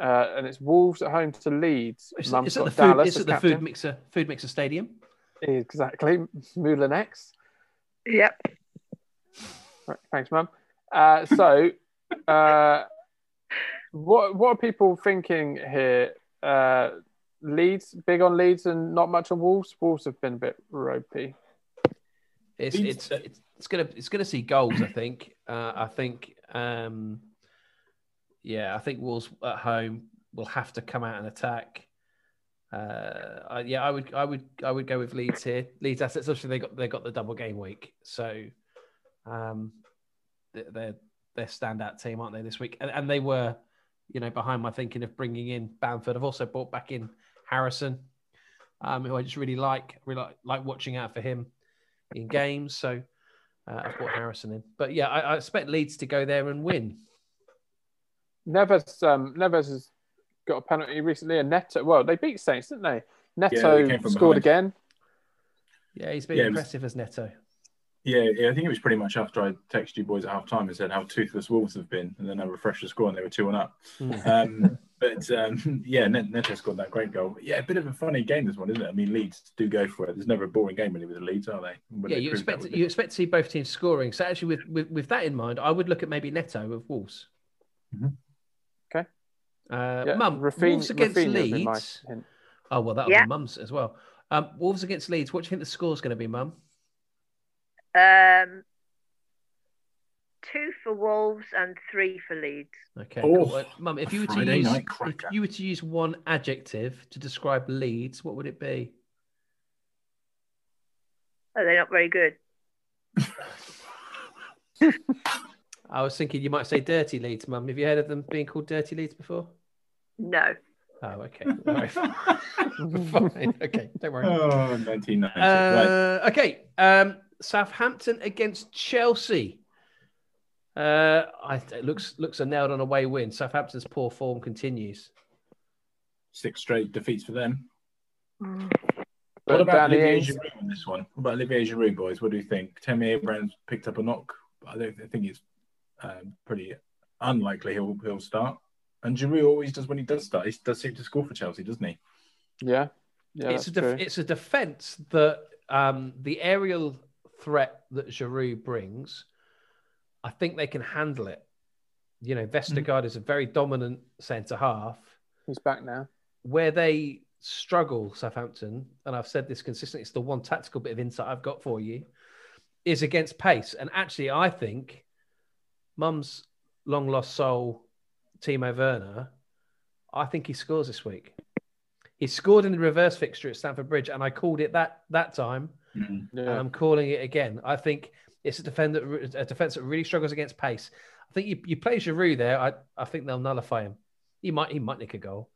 Speaker 1: Uh, and it's Wolves at home to Leeds.
Speaker 2: It's,
Speaker 1: Mum's
Speaker 2: it's at
Speaker 1: got
Speaker 2: the food,
Speaker 1: Dallas
Speaker 2: it's
Speaker 1: as
Speaker 2: at the
Speaker 1: captain.
Speaker 2: food mixer, food mixer stadium.
Speaker 1: Exactly. (laughs) Moulinex.
Speaker 4: Yep.
Speaker 1: Right, Thanks, Mum. Uh, so, uh, what what are people thinking here? Uh, Leeds, big on Leeds, and not much on Wolves. Wolves have been a bit ropey.
Speaker 2: It's it's it's, it's gonna it's gonna see goals. I think. Uh, I think. Um, yeah, I think Wolves at home will have to come out and attack. Uh, I, yeah, I would, I would, I would go with Leeds here. Leeds assets. Obviously, they got they got the double game week, so um, they- they're they're standout team, aren't they, this week? And, and they were, you know, behind my thinking of bringing in Bamford. I've also brought back in Harrison, um, who I just really like, really like, like watching out for him in games. So uh, I've brought Harrison in, but yeah, I, I expect Leeds to go there and win.
Speaker 1: Neves, um, Neves has got a penalty recently, and Neto. Well, they beat Saints, didn't they? Neto
Speaker 3: they came from
Speaker 1: scored
Speaker 3: behind.
Speaker 1: again.
Speaker 2: Yeah, he's been
Speaker 3: Yeah, it was-
Speaker 2: impressive as Neto.
Speaker 3: Yeah, yeah, I think it was pretty much after I texted you boys at half time and said how toothless Wolves have been, and then I refreshed the score and they were 2 1 up. (laughs)
Speaker 2: Mm.
Speaker 3: Um, but um, (laughs) yeah, Net- Neto scored that great goal. Yeah, a bit of a funny game, this one, isn't it? I mean, Leeds do go for it. There's never a boring game, really, with the Leeds, are they? Would
Speaker 2: yeah,
Speaker 3: they
Speaker 2: you
Speaker 3: prove that
Speaker 2: expect
Speaker 3: with (laughs)
Speaker 2: you expect to see both teams scoring. So actually, with with, with that in mind, I would look at maybe Neto of Wolves.
Speaker 3: Mhm.
Speaker 1: Okay.
Speaker 2: Uh,
Speaker 1: Yeah,
Speaker 2: Mum, Wolves against
Speaker 1: Rafinha would be my
Speaker 2: Leeds. (laughs)
Speaker 1: hint.
Speaker 2: Oh well, that'll
Speaker 4: Yeah.
Speaker 2: be Mum's as well. Um, Wolves against Leeds. What do you think the score's going to be, Mum?
Speaker 4: Um, two for Wolves and three for Leeds.
Speaker 2: Okay.
Speaker 3: Oh,
Speaker 2: cool. Uh, Mum, if
Speaker 3: a
Speaker 2: you were to
Speaker 3: Friday
Speaker 2: use
Speaker 3: night
Speaker 2: if
Speaker 3: cracker.
Speaker 2: you were to use one adjective to describe Leeds, what would it be?
Speaker 4: Oh, they're not very good.
Speaker 2: I was thinking you might say dirty Leeds, Mum. Have you heard of them being called dirty Leeds before?
Speaker 4: No.
Speaker 2: Oh, okay. (laughs)
Speaker 3: it?
Speaker 2: All
Speaker 1: (laughs)
Speaker 2: right. Fine. Okay. Don't worry.
Speaker 3: oh, 1990. right.
Speaker 2: Uh, Okay. Um, Southampton against Chelsea. Uh, I, it looks looks a nailed on away win. Southampton's poor form continues.
Speaker 3: Six straight defeats for them.
Speaker 1: But
Speaker 3: Mm. what about
Speaker 1: Danny
Speaker 3: Olivier
Speaker 1: Ings-
Speaker 3: Giroud on this one? What about Olivier Giroud, boys? What do you think? Tammy Abraham's picked up a knock. but I don't I think it's um, pretty unlikely he'll he'll start. And Giroud always does when he does start. He does seem to score for Chelsea, doesn't he?
Speaker 1: Yeah, yeah,
Speaker 2: it's a
Speaker 1: that's
Speaker 2: def-
Speaker 1: true.
Speaker 2: it's a defense that um, the aerial threat that Giroud brings. I think they can handle it. You know, Vestergaard
Speaker 1: Mm.
Speaker 2: is a very dominant centre half.
Speaker 1: He's back now.
Speaker 2: Where they struggle, Southampton, and I've said this consistently, it's the one tactical bit of insight I've got for you, is against pace. And actually, I think Mum's long lost soul, Timo Werner, I think he scores this week. He scored in the reverse fixture at Stamford Bridge, and I called it that that time, and
Speaker 1: Yeah,
Speaker 2: I'm calling it again. I think it's a defender, a defense that really struggles against pace. I think you, you play Giroud there. I, I think they'll nullify him. He might he might nick a goal,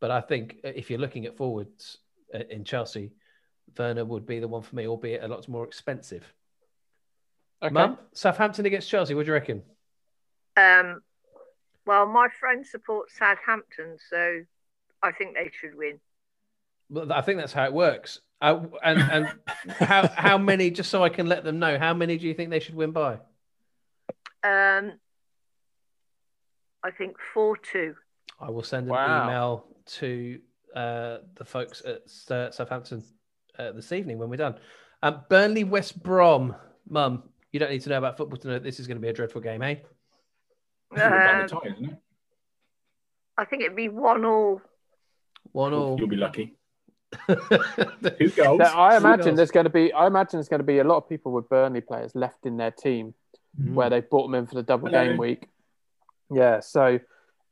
Speaker 2: but I think uh, if you're looking at forwards uh, in Chelsea, Werner would be the one for me, albeit a lot more expensive.
Speaker 1: okay.
Speaker 2: Mum, Southampton against Chelsea. What do you reckon?
Speaker 4: Um, well, my friend supports Southampton, so I think they should win.
Speaker 2: Well, I think that's how it works. Uh, and and
Speaker 1: (laughs)
Speaker 2: how how many? Just so I can let them know, how many do you think they should win by?
Speaker 4: Um, I think 4 2.
Speaker 2: I will send an
Speaker 1: Wow.
Speaker 2: email to uh, the folks at uh, Southampton uh, this evening when we're done. Um, Burnley West Brom, Mum. You don't need to know about football to know that this is going to be a dreadful game, eh?
Speaker 3: It's all
Speaker 2: Uh,
Speaker 3: about the tie, isn't it?
Speaker 4: Um, I think it'd be 1 all.
Speaker 2: One all.
Speaker 3: You'll be lucky. Two goals.
Speaker 1: Now, I
Speaker 2: Who
Speaker 1: imagine
Speaker 2: knows?
Speaker 1: there's going to be. I imagine there's going to be a lot of people with Burnley players left in their team
Speaker 3: Mm.
Speaker 1: where they bought them in for the double
Speaker 3: Hello.
Speaker 1: game week. Yeah, so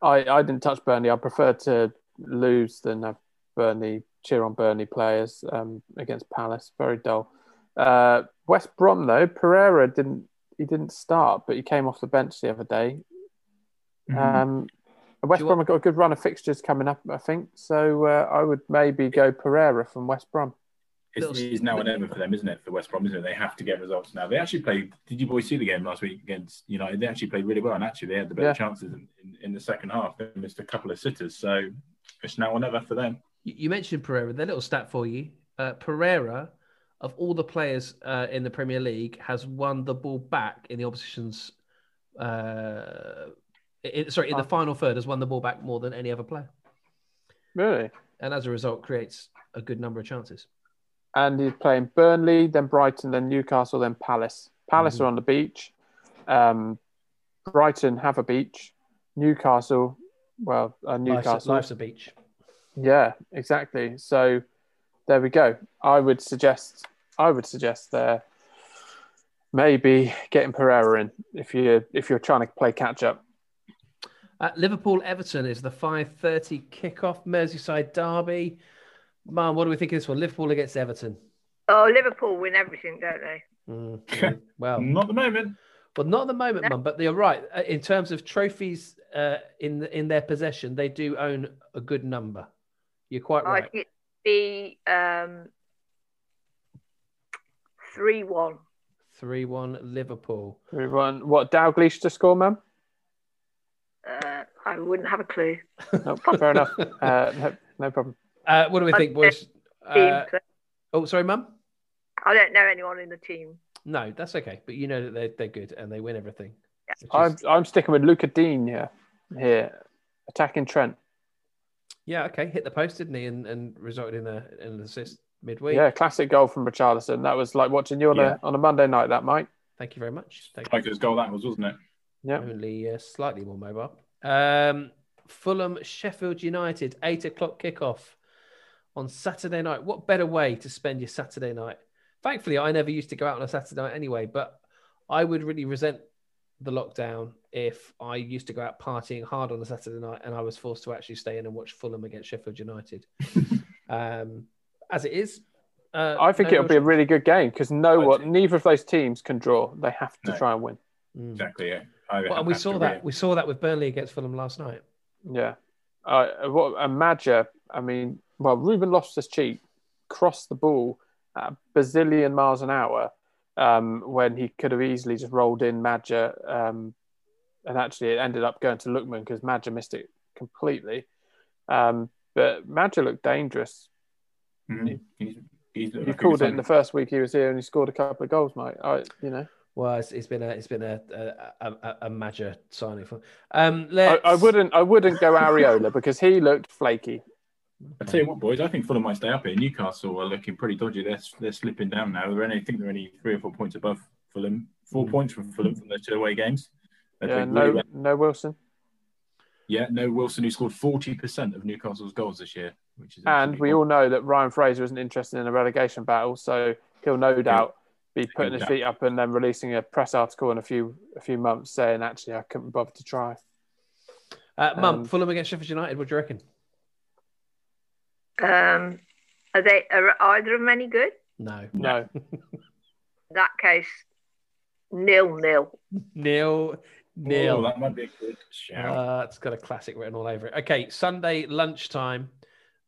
Speaker 1: I, I didn't touch Burnley. I prefer to lose than have Burnley cheer on Burnley players um, against Palace. Very dull. Uh, West Brom though, Pereira didn't. He didn't start, but he came off the bench the other day.
Speaker 3: Mhm.
Speaker 1: Um, West
Speaker 2: you
Speaker 1: Brom have got a good run of fixtures coming up, I think. So uh, I would maybe go Pereira from West Brom.
Speaker 3: It's,
Speaker 2: little-
Speaker 3: it's now and ever for them, isn't it? For West Brom, isn't it? They have to get results now. They actually played. Did you boys see the game last week against United? They actually played really well, and actually they had the better
Speaker 1: Yeah.
Speaker 3: chances in, in, in the second half. They missed a couple of sitters, so it's now or never for them.
Speaker 2: (laughs) You you mentioned Pereira. The little stat for you: uh, Pereira, of all the players uh, in the Premier League, has won the ball back in the opposition's. Uh, in, sorry, in the final third, has won the ball back more than any other player,
Speaker 1: Really?
Speaker 2: and as a result, creates a good number of chances.
Speaker 1: and he's playing Burnley, then Brighton, then Newcastle, then Palace. Palace
Speaker 2: Mhm.
Speaker 1: are on the beach. Um, Brighton have a beach. Newcastle, well, uh,
Speaker 2: Life's-
Speaker 1: Newcastle.
Speaker 2: life's a beach.
Speaker 1: Yeah, exactly. So there we go. I would suggest. I would suggest there maybe getting Pereira in if you are if you're trying to play catch up.
Speaker 2: Uh, Liverpool Everton is the 5:30 kickoff Merseyside derby. Man, what do we think of this one? Liverpool against Everton.
Speaker 4: Oh, Liverpool win everything, don't they?
Speaker 2: Mm, mm, well,
Speaker 3: Not at the moment.
Speaker 2: Well, not at the moment,
Speaker 4: No.
Speaker 2: Mum, but you're right. Uh, In terms of trophies uh, in in their possession, they do own a good number. You're quite
Speaker 4: I
Speaker 2: right.
Speaker 4: think it'd be um, 3 1.
Speaker 2: 3 1 Liverpool.
Speaker 1: Everyone, what Dalglish to score, ma'am?
Speaker 4: Uh, I wouldn't have a clue.
Speaker 1: Nope, fair enough. Uh, no, no problem.
Speaker 2: Uh, what do we think, boys?
Speaker 4: Team
Speaker 2: Uh,
Speaker 4: play.
Speaker 2: oh, sorry, Mum?
Speaker 4: I don't know anyone in the team.
Speaker 2: No, that's okay. But you know that they're, they're good and they win everything. Which is-
Speaker 1: I'm I'm sticking with Luca Dean here. Here, attacking Trent.
Speaker 2: yeah, okay. Hit the post, didn't he? And, and resulted in, a, in an assist midweek.
Speaker 1: Yeah, classic goal from Richarlison. That was like watching you on
Speaker 3: Yeah.
Speaker 1: a on a Monday night. That Mike.
Speaker 2: Thank you very much. Thank you.
Speaker 3: Tiger's goal that was, wasn't it?
Speaker 1: Yeah.
Speaker 2: Only uh, slightly more mobile. Um, Fulham, Sheffield United, eight o'clock kickoff on Saturday night. What better way to spend your Saturday night? Thankfully, I never used to go out on a Saturday night anyway, but I would really resent the lockdown if I used to go out partying hard on a Saturday night and I was forced to actually stay in and watch Fulham against
Speaker 1: (laughs)
Speaker 2: Sheffield United. um, as it is, uh,
Speaker 1: I think
Speaker 2: no
Speaker 1: it'll be a
Speaker 2: real-
Speaker 1: really good game because no
Speaker 3: I
Speaker 1: one,
Speaker 3: think-
Speaker 1: neither of those teams can draw. They have to
Speaker 3: No.
Speaker 1: try and win.
Speaker 2: Mm.
Speaker 3: Exactly. Yeah. I-
Speaker 2: Well, and we
Speaker 3: that's
Speaker 2: saw
Speaker 3: the
Speaker 2: that
Speaker 3: real-
Speaker 2: we saw that with Burnley against Fulham last night.
Speaker 1: Yeah. Uh, what a Madger. I mean, well, Ruben lost his cheek, crossed the ball at a bazillion miles an hour um, when he could have easily just rolled in Madger. Um, and actually, it ended up going to Lookman because Madger missed it completely. Um, but Madger looked dangerous.
Speaker 3: Mhm. He's, he's
Speaker 1: You called it in the first week he was here and he scored a couple of goals, mate. I, you know,
Speaker 2: Well, it's, it's been a it's been a a, a, a- a major signing for. Um,
Speaker 1: I,
Speaker 2: let's,
Speaker 1: I wouldn't, I wouldn't go Ariola (laughs) because he looked flaky.
Speaker 3: I tell you what, boys. I think Fulham might stay up here. Newcastle are looking pretty dodgy. They're they're slipping down now. They're only, I think they're only three or four points above Fulham. Four points from Fulham from their two away games. They're
Speaker 1: Mm. Yeah,
Speaker 3: doing really
Speaker 1: no,
Speaker 3: well.
Speaker 1: no Wilson.
Speaker 3: yeah, no Wilson who scored forty percent of Newcastle's goals this year, which is
Speaker 1: And
Speaker 3: absolutely
Speaker 1: we all know that Ryan Fraser isn't interested in a relegation battle, so he'll no doubt be putting his
Speaker 3: doubt.
Speaker 1: feet up and then releasing a press article in a few a few months saying, actually, I couldn't bother to try.
Speaker 2: uh, Mum,
Speaker 1: um,
Speaker 2: Fulham against Sheffield United. What do you reckon?
Speaker 4: Um, are they are either of them any good?
Speaker 2: No,
Speaker 1: No,
Speaker 4: In that case, nil nil.
Speaker 2: nil,
Speaker 3: Oh,
Speaker 2: nil.
Speaker 3: that might be a good shout.
Speaker 2: uh, it's got a classic written all over it. Okay, Sunday lunchtime.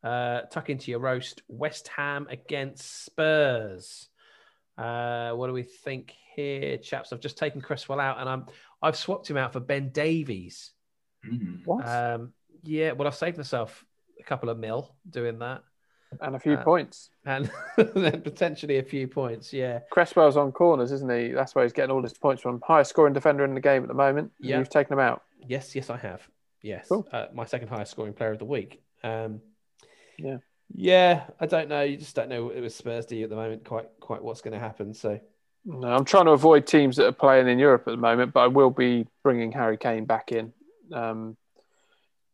Speaker 2: Uh, tuck into your roast. West Ham against Spurs. Uh, what do we think here, chaps? I've just taken Cresswell out, and I'm I've swapped him out for Ben Davies.
Speaker 3: Mm.
Speaker 1: what?
Speaker 2: Um, yeah, well, I've saved myself a couple of mil doing that,
Speaker 1: and a few
Speaker 2: uh,
Speaker 1: points.
Speaker 2: and (laughs) then potentially a few points. Yeah,
Speaker 1: Cresswell's on corners, isn't he? That's where he's getting all his points from. Highest scoring defender in the game at the moment. and
Speaker 2: Yeah.
Speaker 1: You've taken him out.
Speaker 2: yes, yes, I have. Yes,
Speaker 1: Cool.
Speaker 2: uh, my second highest scoring player of the week. Um,
Speaker 1: Yeah.
Speaker 2: yeah, I don't know. You just don't know it was Spurs do you, at the moment. Quite, quite what's going to happen. So
Speaker 1: No, I'm trying to avoid teams that are playing in Europe at the moment, but I will be bringing Harry Kane back in. Um,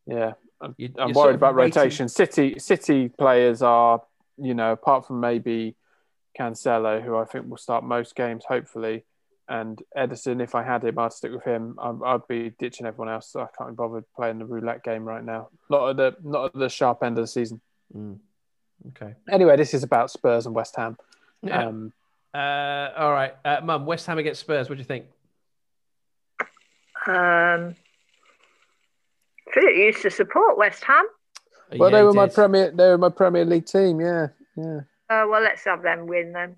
Speaker 1: yeah,
Speaker 2: you,
Speaker 1: I'm
Speaker 2: you're sort
Speaker 1: worried
Speaker 2: of
Speaker 1: about
Speaker 2: waiting-
Speaker 1: rotation. City City players are, you know, apart from maybe Cancelo, who I think will start most games, hopefully, and Edison. If I had him, I'd stick with him. I, I'd be ditching everyone else. I can't be bothered playing the roulette game right now. Not at the not at the sharp end of the season.
Speaker 2: Mm. Okay.
Speaker 1: Anyway, this is about Spurs and West Ham.
Speaker 2: Yeah.
Speaker 1: Um,
Speaker 2: uh, all right, uh, Mum. West Ham against Spurs. What do you think?
Speaker 4: Um, Philip used to support West Ham.
Speaker 1: well,
Speaker 2: Yeah,
Speaker 1: they
Speaker 2: he
Speaker 1: were my
Speaker 2: did.
Speaker 1: Premier they were my Premier League team. Yeah, yeah.
Speaker 4: Uh, well, let's have them win then.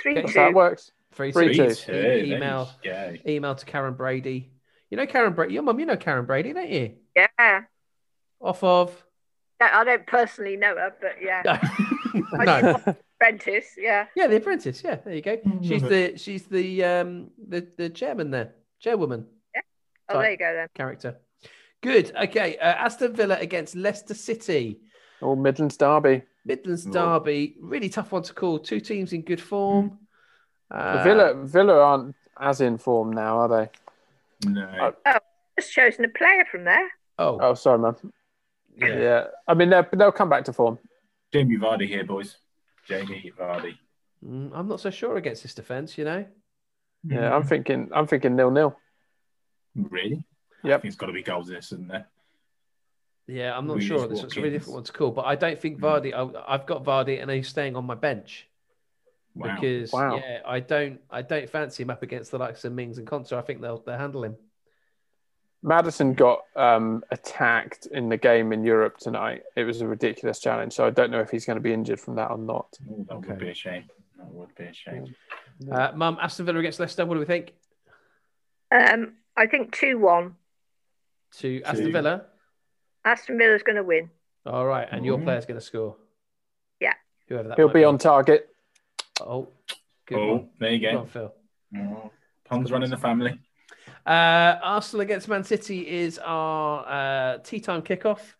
Speaker 4: Three
Speaker 2: Okay.
Speaker 1: That's
Speaker 4: two.
Speaker 1: how it works.
Speaker 2: Three,
Speaker 1: Three,
Speaker 2: two.
Speaker 1: two.
Speaker 2: E-
Speaker 3: Hey,
Speaker 2: Email.
Speaker 3: thanks. Yeah.
Speaker 2: email to Karen Brady. You know Karen Brady, your mum, you know Karen Brady, don't you?
Speaker 4: Yeah,
Speaker 2: Off of (laughs)
Speaker 4: No, I don't personally know her, but yeah,
Speaker 2: no, no.
Speaker 4: I- Prentice. Yeah,
Speaker 2: yeah, the apprentice. Yeah, there you go. She's the she's the um the the chairman there, chairwoman
Speaker 4: oh,
Speaker 2: Sorry.
Speaker 4: there you go then.
Speaker 2: character. Good. Okay, uh, Aston Villa against Leicester City.
Speaker 1: All Midlands derby.
Speaker 2: Midlands
Speaker 3: Oh.
Speaker 2: derby, really tough one to call. Two teams in good form. Uh,
Speaker 1: Villa Villa aren't as in form now, are they? Uh,
Speaker 3: No.
Speaker 4: Just chosen a player from there.
Speaker 2: Oh,
Speaker 1: Oh, sorry, man.
Speaker 2: yeah.
Speaker 1: Yeah, I mean they'll, they'll come back to form.
Speaker 3: Jamie Vardy here, boys. Jamie Vardy.
Speaker 2: Mm, I'm not so sure against this defense. You know,
Speaker 3: Mm-hmm.
Speaker 1: Yeah, I'm thinking I'm thinking nil nil.
Speaker 3: Really? I
Speaker 1: Yep.
Speaker 3: think it's got to be goals, this, isn't there?
Speaker 2: Yeah, I'm not
Speaker 3: Reece
Speaker 2: sure. It's, it's a really difficult
Speaker 3: Watkins.
Speaker 2: one to call, but I don't think Vardy. I, I've got Vardy, and he's staying on my bench
Speaker 3: Wow.
Speaker 2: because
Speaker 1: Wow.
Speaker 2: yeah, I don't, I don't fancy him up against the likes of Mings and Conter. I think they'll they'll handle him.
Speaker 1: Madison got um, attacked in the game in Europe tonight. It was a ridiculous challenge. So I don't know if he's going to be injured from that or not.
Speaker 3: Oh, that
Speaker 2: Okay.
Speaker 3: would be a shame. That would be a shame.
Speaker 2: Uh, Mum, Aston Villa against Leicester. What do we think?
Speaker 4: Um, I think 2 1.
Speaker 2: To Aston
Speaker 3: Two.
Speaker 2: Villa.
Speaker 4: Aston Villa's going to win.
Speaker 2: All right, and your
Speaker 3: Mhm.
Speaker 2: player's going to score.
Speaker 4: Yeah.
Speaker 2: whoever that
Speaker 1: He'll
Speaker 2: might
Speaker 1: be on target.
Speaker 2: Oh, good
Speaker 3: Oh,
Speaker 2: one.
Speaker 3: there you
Speaker 2: Good one,
Speaker 3: go.
Speaker 2: Phil.
Speaker 3: Oh, Puns running the family.
Speaker 2: Uh, Arsenal against Man City is our uh, tea time kickoff.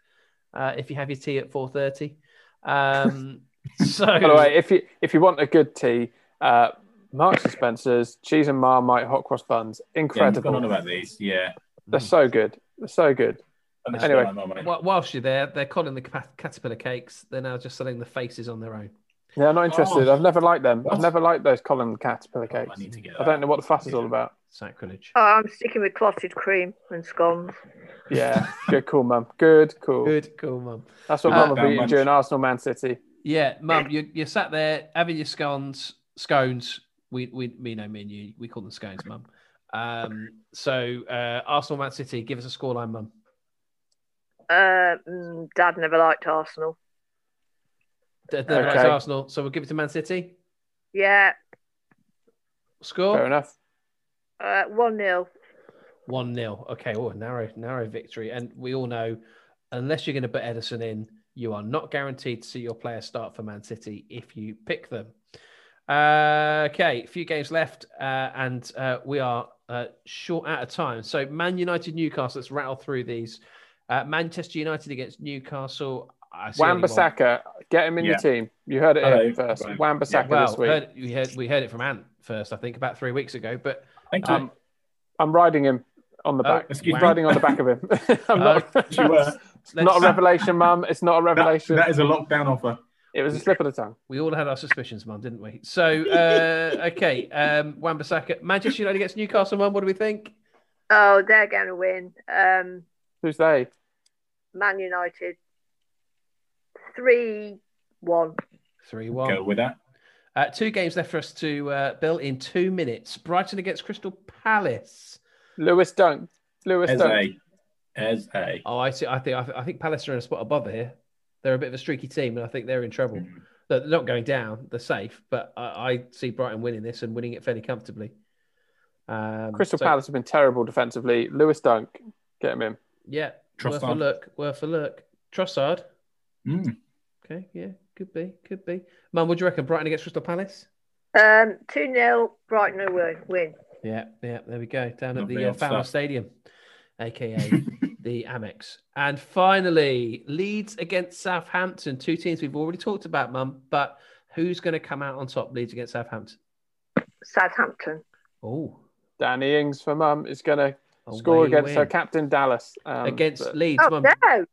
Speaker 2: Uh, if you have your tea at four thirty. Um, so
Speaker 1: By the way, if you if you want a good tea, uh, Marks and Spencer's cheese and marmite hot cross buns,
Speaker 3: Yeah, we've gone
Speaker 1: incredible.
Speaker 3: on about these. Yeah.
Speaker 1: They're so good. They're so good.
Speaker 3: And this
Speaker 1: Anyway.
Speaker 3: one I'm on, mate.
Speaker 2: Wh- Whilst you're there, they're calling the cat- caterpillar cakes. They're now just selling the faces on their own.
Speaker 1: Yeah, I'm not interested.
Speaker 3: Oh.
Speaker 1: I've never liked them.
Speaker 3: What?
Speaker 1: I've never liked those Colin caterpillar
Speaker 3: Oh,
Speaker 1: cakes.
Speaker 3: I need to get
Speaker 1: I
Speaker 3: that.
Speaker 1: don't know what the fuss is all
Speaker 3: (laughs)
Speaker 1: about.
Speaker 2: Sacrilege.
Speaker 4: Oh, I'm sticking with clotted cream and scones.
Speaker 1: Yeah, good, cool, mum. Good, cool.
Speaker 2: Good, cool, mum.
Speaker 1: That's what
Speaker 2: Uh,
Speaker 1: mum will be eating
Speaker 3: Mum.
Speaker 1: during Arsenal Man City.
Speaker 2: Yeah, mum, you you sat there having your scones, scones. We we me no me and you. We call them scones, mum. Um, so uh, Arsenal, Man City, give us a scoreline, mum.
Speaker 4: Uh, mm, Dad never liked Arsenal.
Speaker 2: They're, they're
Speaker 1: Okay.
Speaker 2: like Arsenal, so we'll give it to Man City.
Speaker 4: Yeah,
Speaker 1: Fair
Speaker 3: Oh.
Speaker 2: Score
Speaker 1: enough.
Speaker 4: uh, 1 0.
Speaker 2: one 0 Okay, oh narrow narrow victory, and we all know unless you're going to put Edison in, you are not guaranteed to see your player start for Man City if you pick them. Uh, okay, a few games left, uh, and uh, we are uh, short out of time. So, Man United, Newcastle, let's rattle through these. Uh, Manchester United against Newcastle. I see
Speaker 1: Wan
Speaker 2: only one.
Speaker 1: Bissaka, get him in your
Speaker 3: Yeah.
Speaker 1: team. You heard it here
Speaker 3: Hello.
Speaker 1: first.
Speaker 3: Right.
Speaker 1: Wan Bissaka
Speaker 2: Well,
Speaker 1: this week.
Speaker 2: heard, we, heard, we heard it from Ant first, I think, about three weeks ago. But
Speaker 3: Thank you.
Speaker 1: Um, I'm riding him on the
Speaker 2: Oh,
Speaker 1: back.
Speaker 3: excuse
Speaker 1: I'm
Speaker 3: me.
Speaker 1: riding on the back of him. (laughs) I'm not, (laughs)
Speaker 2: Uh,
Speaker 1: it's
Speaker 3: you were.
Speaker 1: not a
Speaker 2: let's-
Speaker 1: revelation, mum. It's not a
Speaker 3: That-
Speaker 1: revelation.
Speaker 3: that is a lockdown offer.
Speaker 1: it was a slip of the tongue.
Speaker 2: we all had our suspicions, Mum, didn't we? So, uh, okay, um, Wan Bissaka, Manchester United against Newcastle, Mum. What do we think?
Speaker 4: Oh, they're going to win. Um,
Speaker 1: Who's they?
Speaker 4: Man United 3 1.
Speaker 2: Three one.
Speaker 3: Go with that.
Speaker 2: Uh, two games left for us to uh, bill in two minutes. Brighton against Crystal Palace.
Speaker 1: Lewis Dunk. Lewis
Speaker 3: As
Speaker 1: Dunk.
Speaker 3: a. As a.
Speaker 2: Oh, I see. I think I, th- I think Palace are in a spot above here. They're a bit of a streaky team, and I think they're in trouble.
Speaker 3: Mm.
Speaker 2: They're they're not going down. They're safe, but I, I see Brighton winning this and winning it fairly comfortably. Um,
Speaker 1: Crystal
Speaker 2: so,
Speaker 1: Palace have been terrible defensively. Lewis Dunk. Get him in.
Speaker 2: Yeah, worth a
Speaker 3: Trossard.
Speaker 2: look. Worth a look. Trossard.
Speaker 3: Mm.
Speaker 2: Okay, yeah, could be, could be. Mum, what do you reckon? Brighton against Crystal Palace?
Speaker 4: Um, 2 0, Brighton will win.
Speaker 2: Yeah, yeah, there we go. Down at
Speaker 3: Lovely
Speaker 2: the uh,
Speaker 3: old
Speaker 2: Fowler
Speaker 3: stuff.
Speaker 2: Stadium, aka
Speaker 1: (laughs)
Speaker 2: the Amex. And finally, Leeds against Southampton. Two teams we've already talked about, Mum, but who's going to come out on top? Leeds against Southampton.
Speaker 4: Southampton.
Speaker 2: Oh,
Speaker 1: Danny Ings for mum is going to
Speaker 2: away
Speaker 1: score against her
Speaker 2: win.
Speaker 1: captain Dallas. Um,
Speaker 2: against
Speaker 1: but
Speaker 2: Leeds,
Speaker 4: Oh,
Speaker 2: Mum.
Speaker 4: no.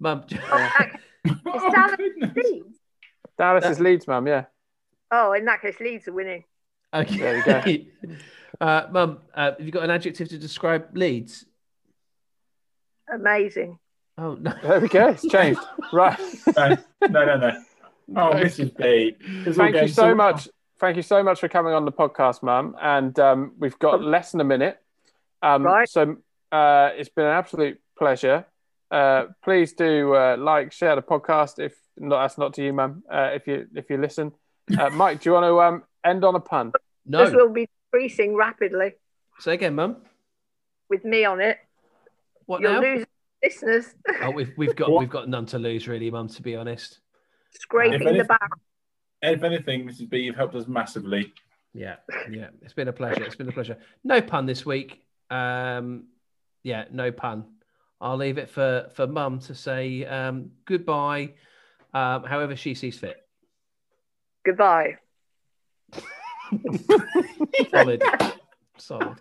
Speaker 2: Mum, (laughs)
Speaker 4: Oh, that-
Speaker 3: (laughs) Oh,
Speaker 4: that-
Speaker 3: goodness.
Speaker 4: Leeds.
Speaker 1: Dallas is Leeds, mum. Yeah.
Speaker 4: Oh, in that case, Leeds are winning.
Speaker 2: okay.
Speaker 1: There
Speaker 2: (laughs) Uh, Mum, uh, have you got an adjective to describe Leeds?
Speaker 4: Amazing.
Speaker 2: Oh no.
Speaker 1: (laughs) There we go.
Speaker 2: (laughs)
Speaker 1: It's changed. right. (laughs)
Speaker 3: No, no, no, no. Oh, Mrs. B. It's all
Speaker 1: Thank you
Speaker 3: going
Speaker 1: so
Speaker 3: well.
Speaker 1: much. Thank you so much for coming on the podcast, Mum. And um, we've got less than a minute. Um,
Speaker 4: Right.
Speaker 1: So uh, it's been an absolute pleasure. Uh, please do uh, like, share the podcast. If not, that's not to you, Mum. Uh, if you if you listen, uh, Mike, do you want to um, end on a pun?
Speaker 4: This
Speaker 2: No.
Speaker 4: will be decreasing rapidly
Speaker 2: Say again, Mum.
Speaker 4: with me on it.
Speaker 2: What
Speaker 4: You're
Speaker 2: now?
Speaker 4: losing listeners,
Speaker 2: Oh, we've we've got
Speaker 3: What?
Speaker 2: we've got none to lose, really, Mum. To be honest.
Speaker 4: scraping the
Speaker 3: anything-
Speaker 4: barrel.
Speaker 3: If anything, Mrs. B, you've helped us massively.
Speaker 2: Yeah, yeah. It's been a pleasure. It's been a pleasure. No pun this week. Um, yeah, no pun. I'll leave it for for Mum to say um, goodbye, um, however she sees fit.
Speaker 4: Goodbye.
Speaker 2: Solid, solid.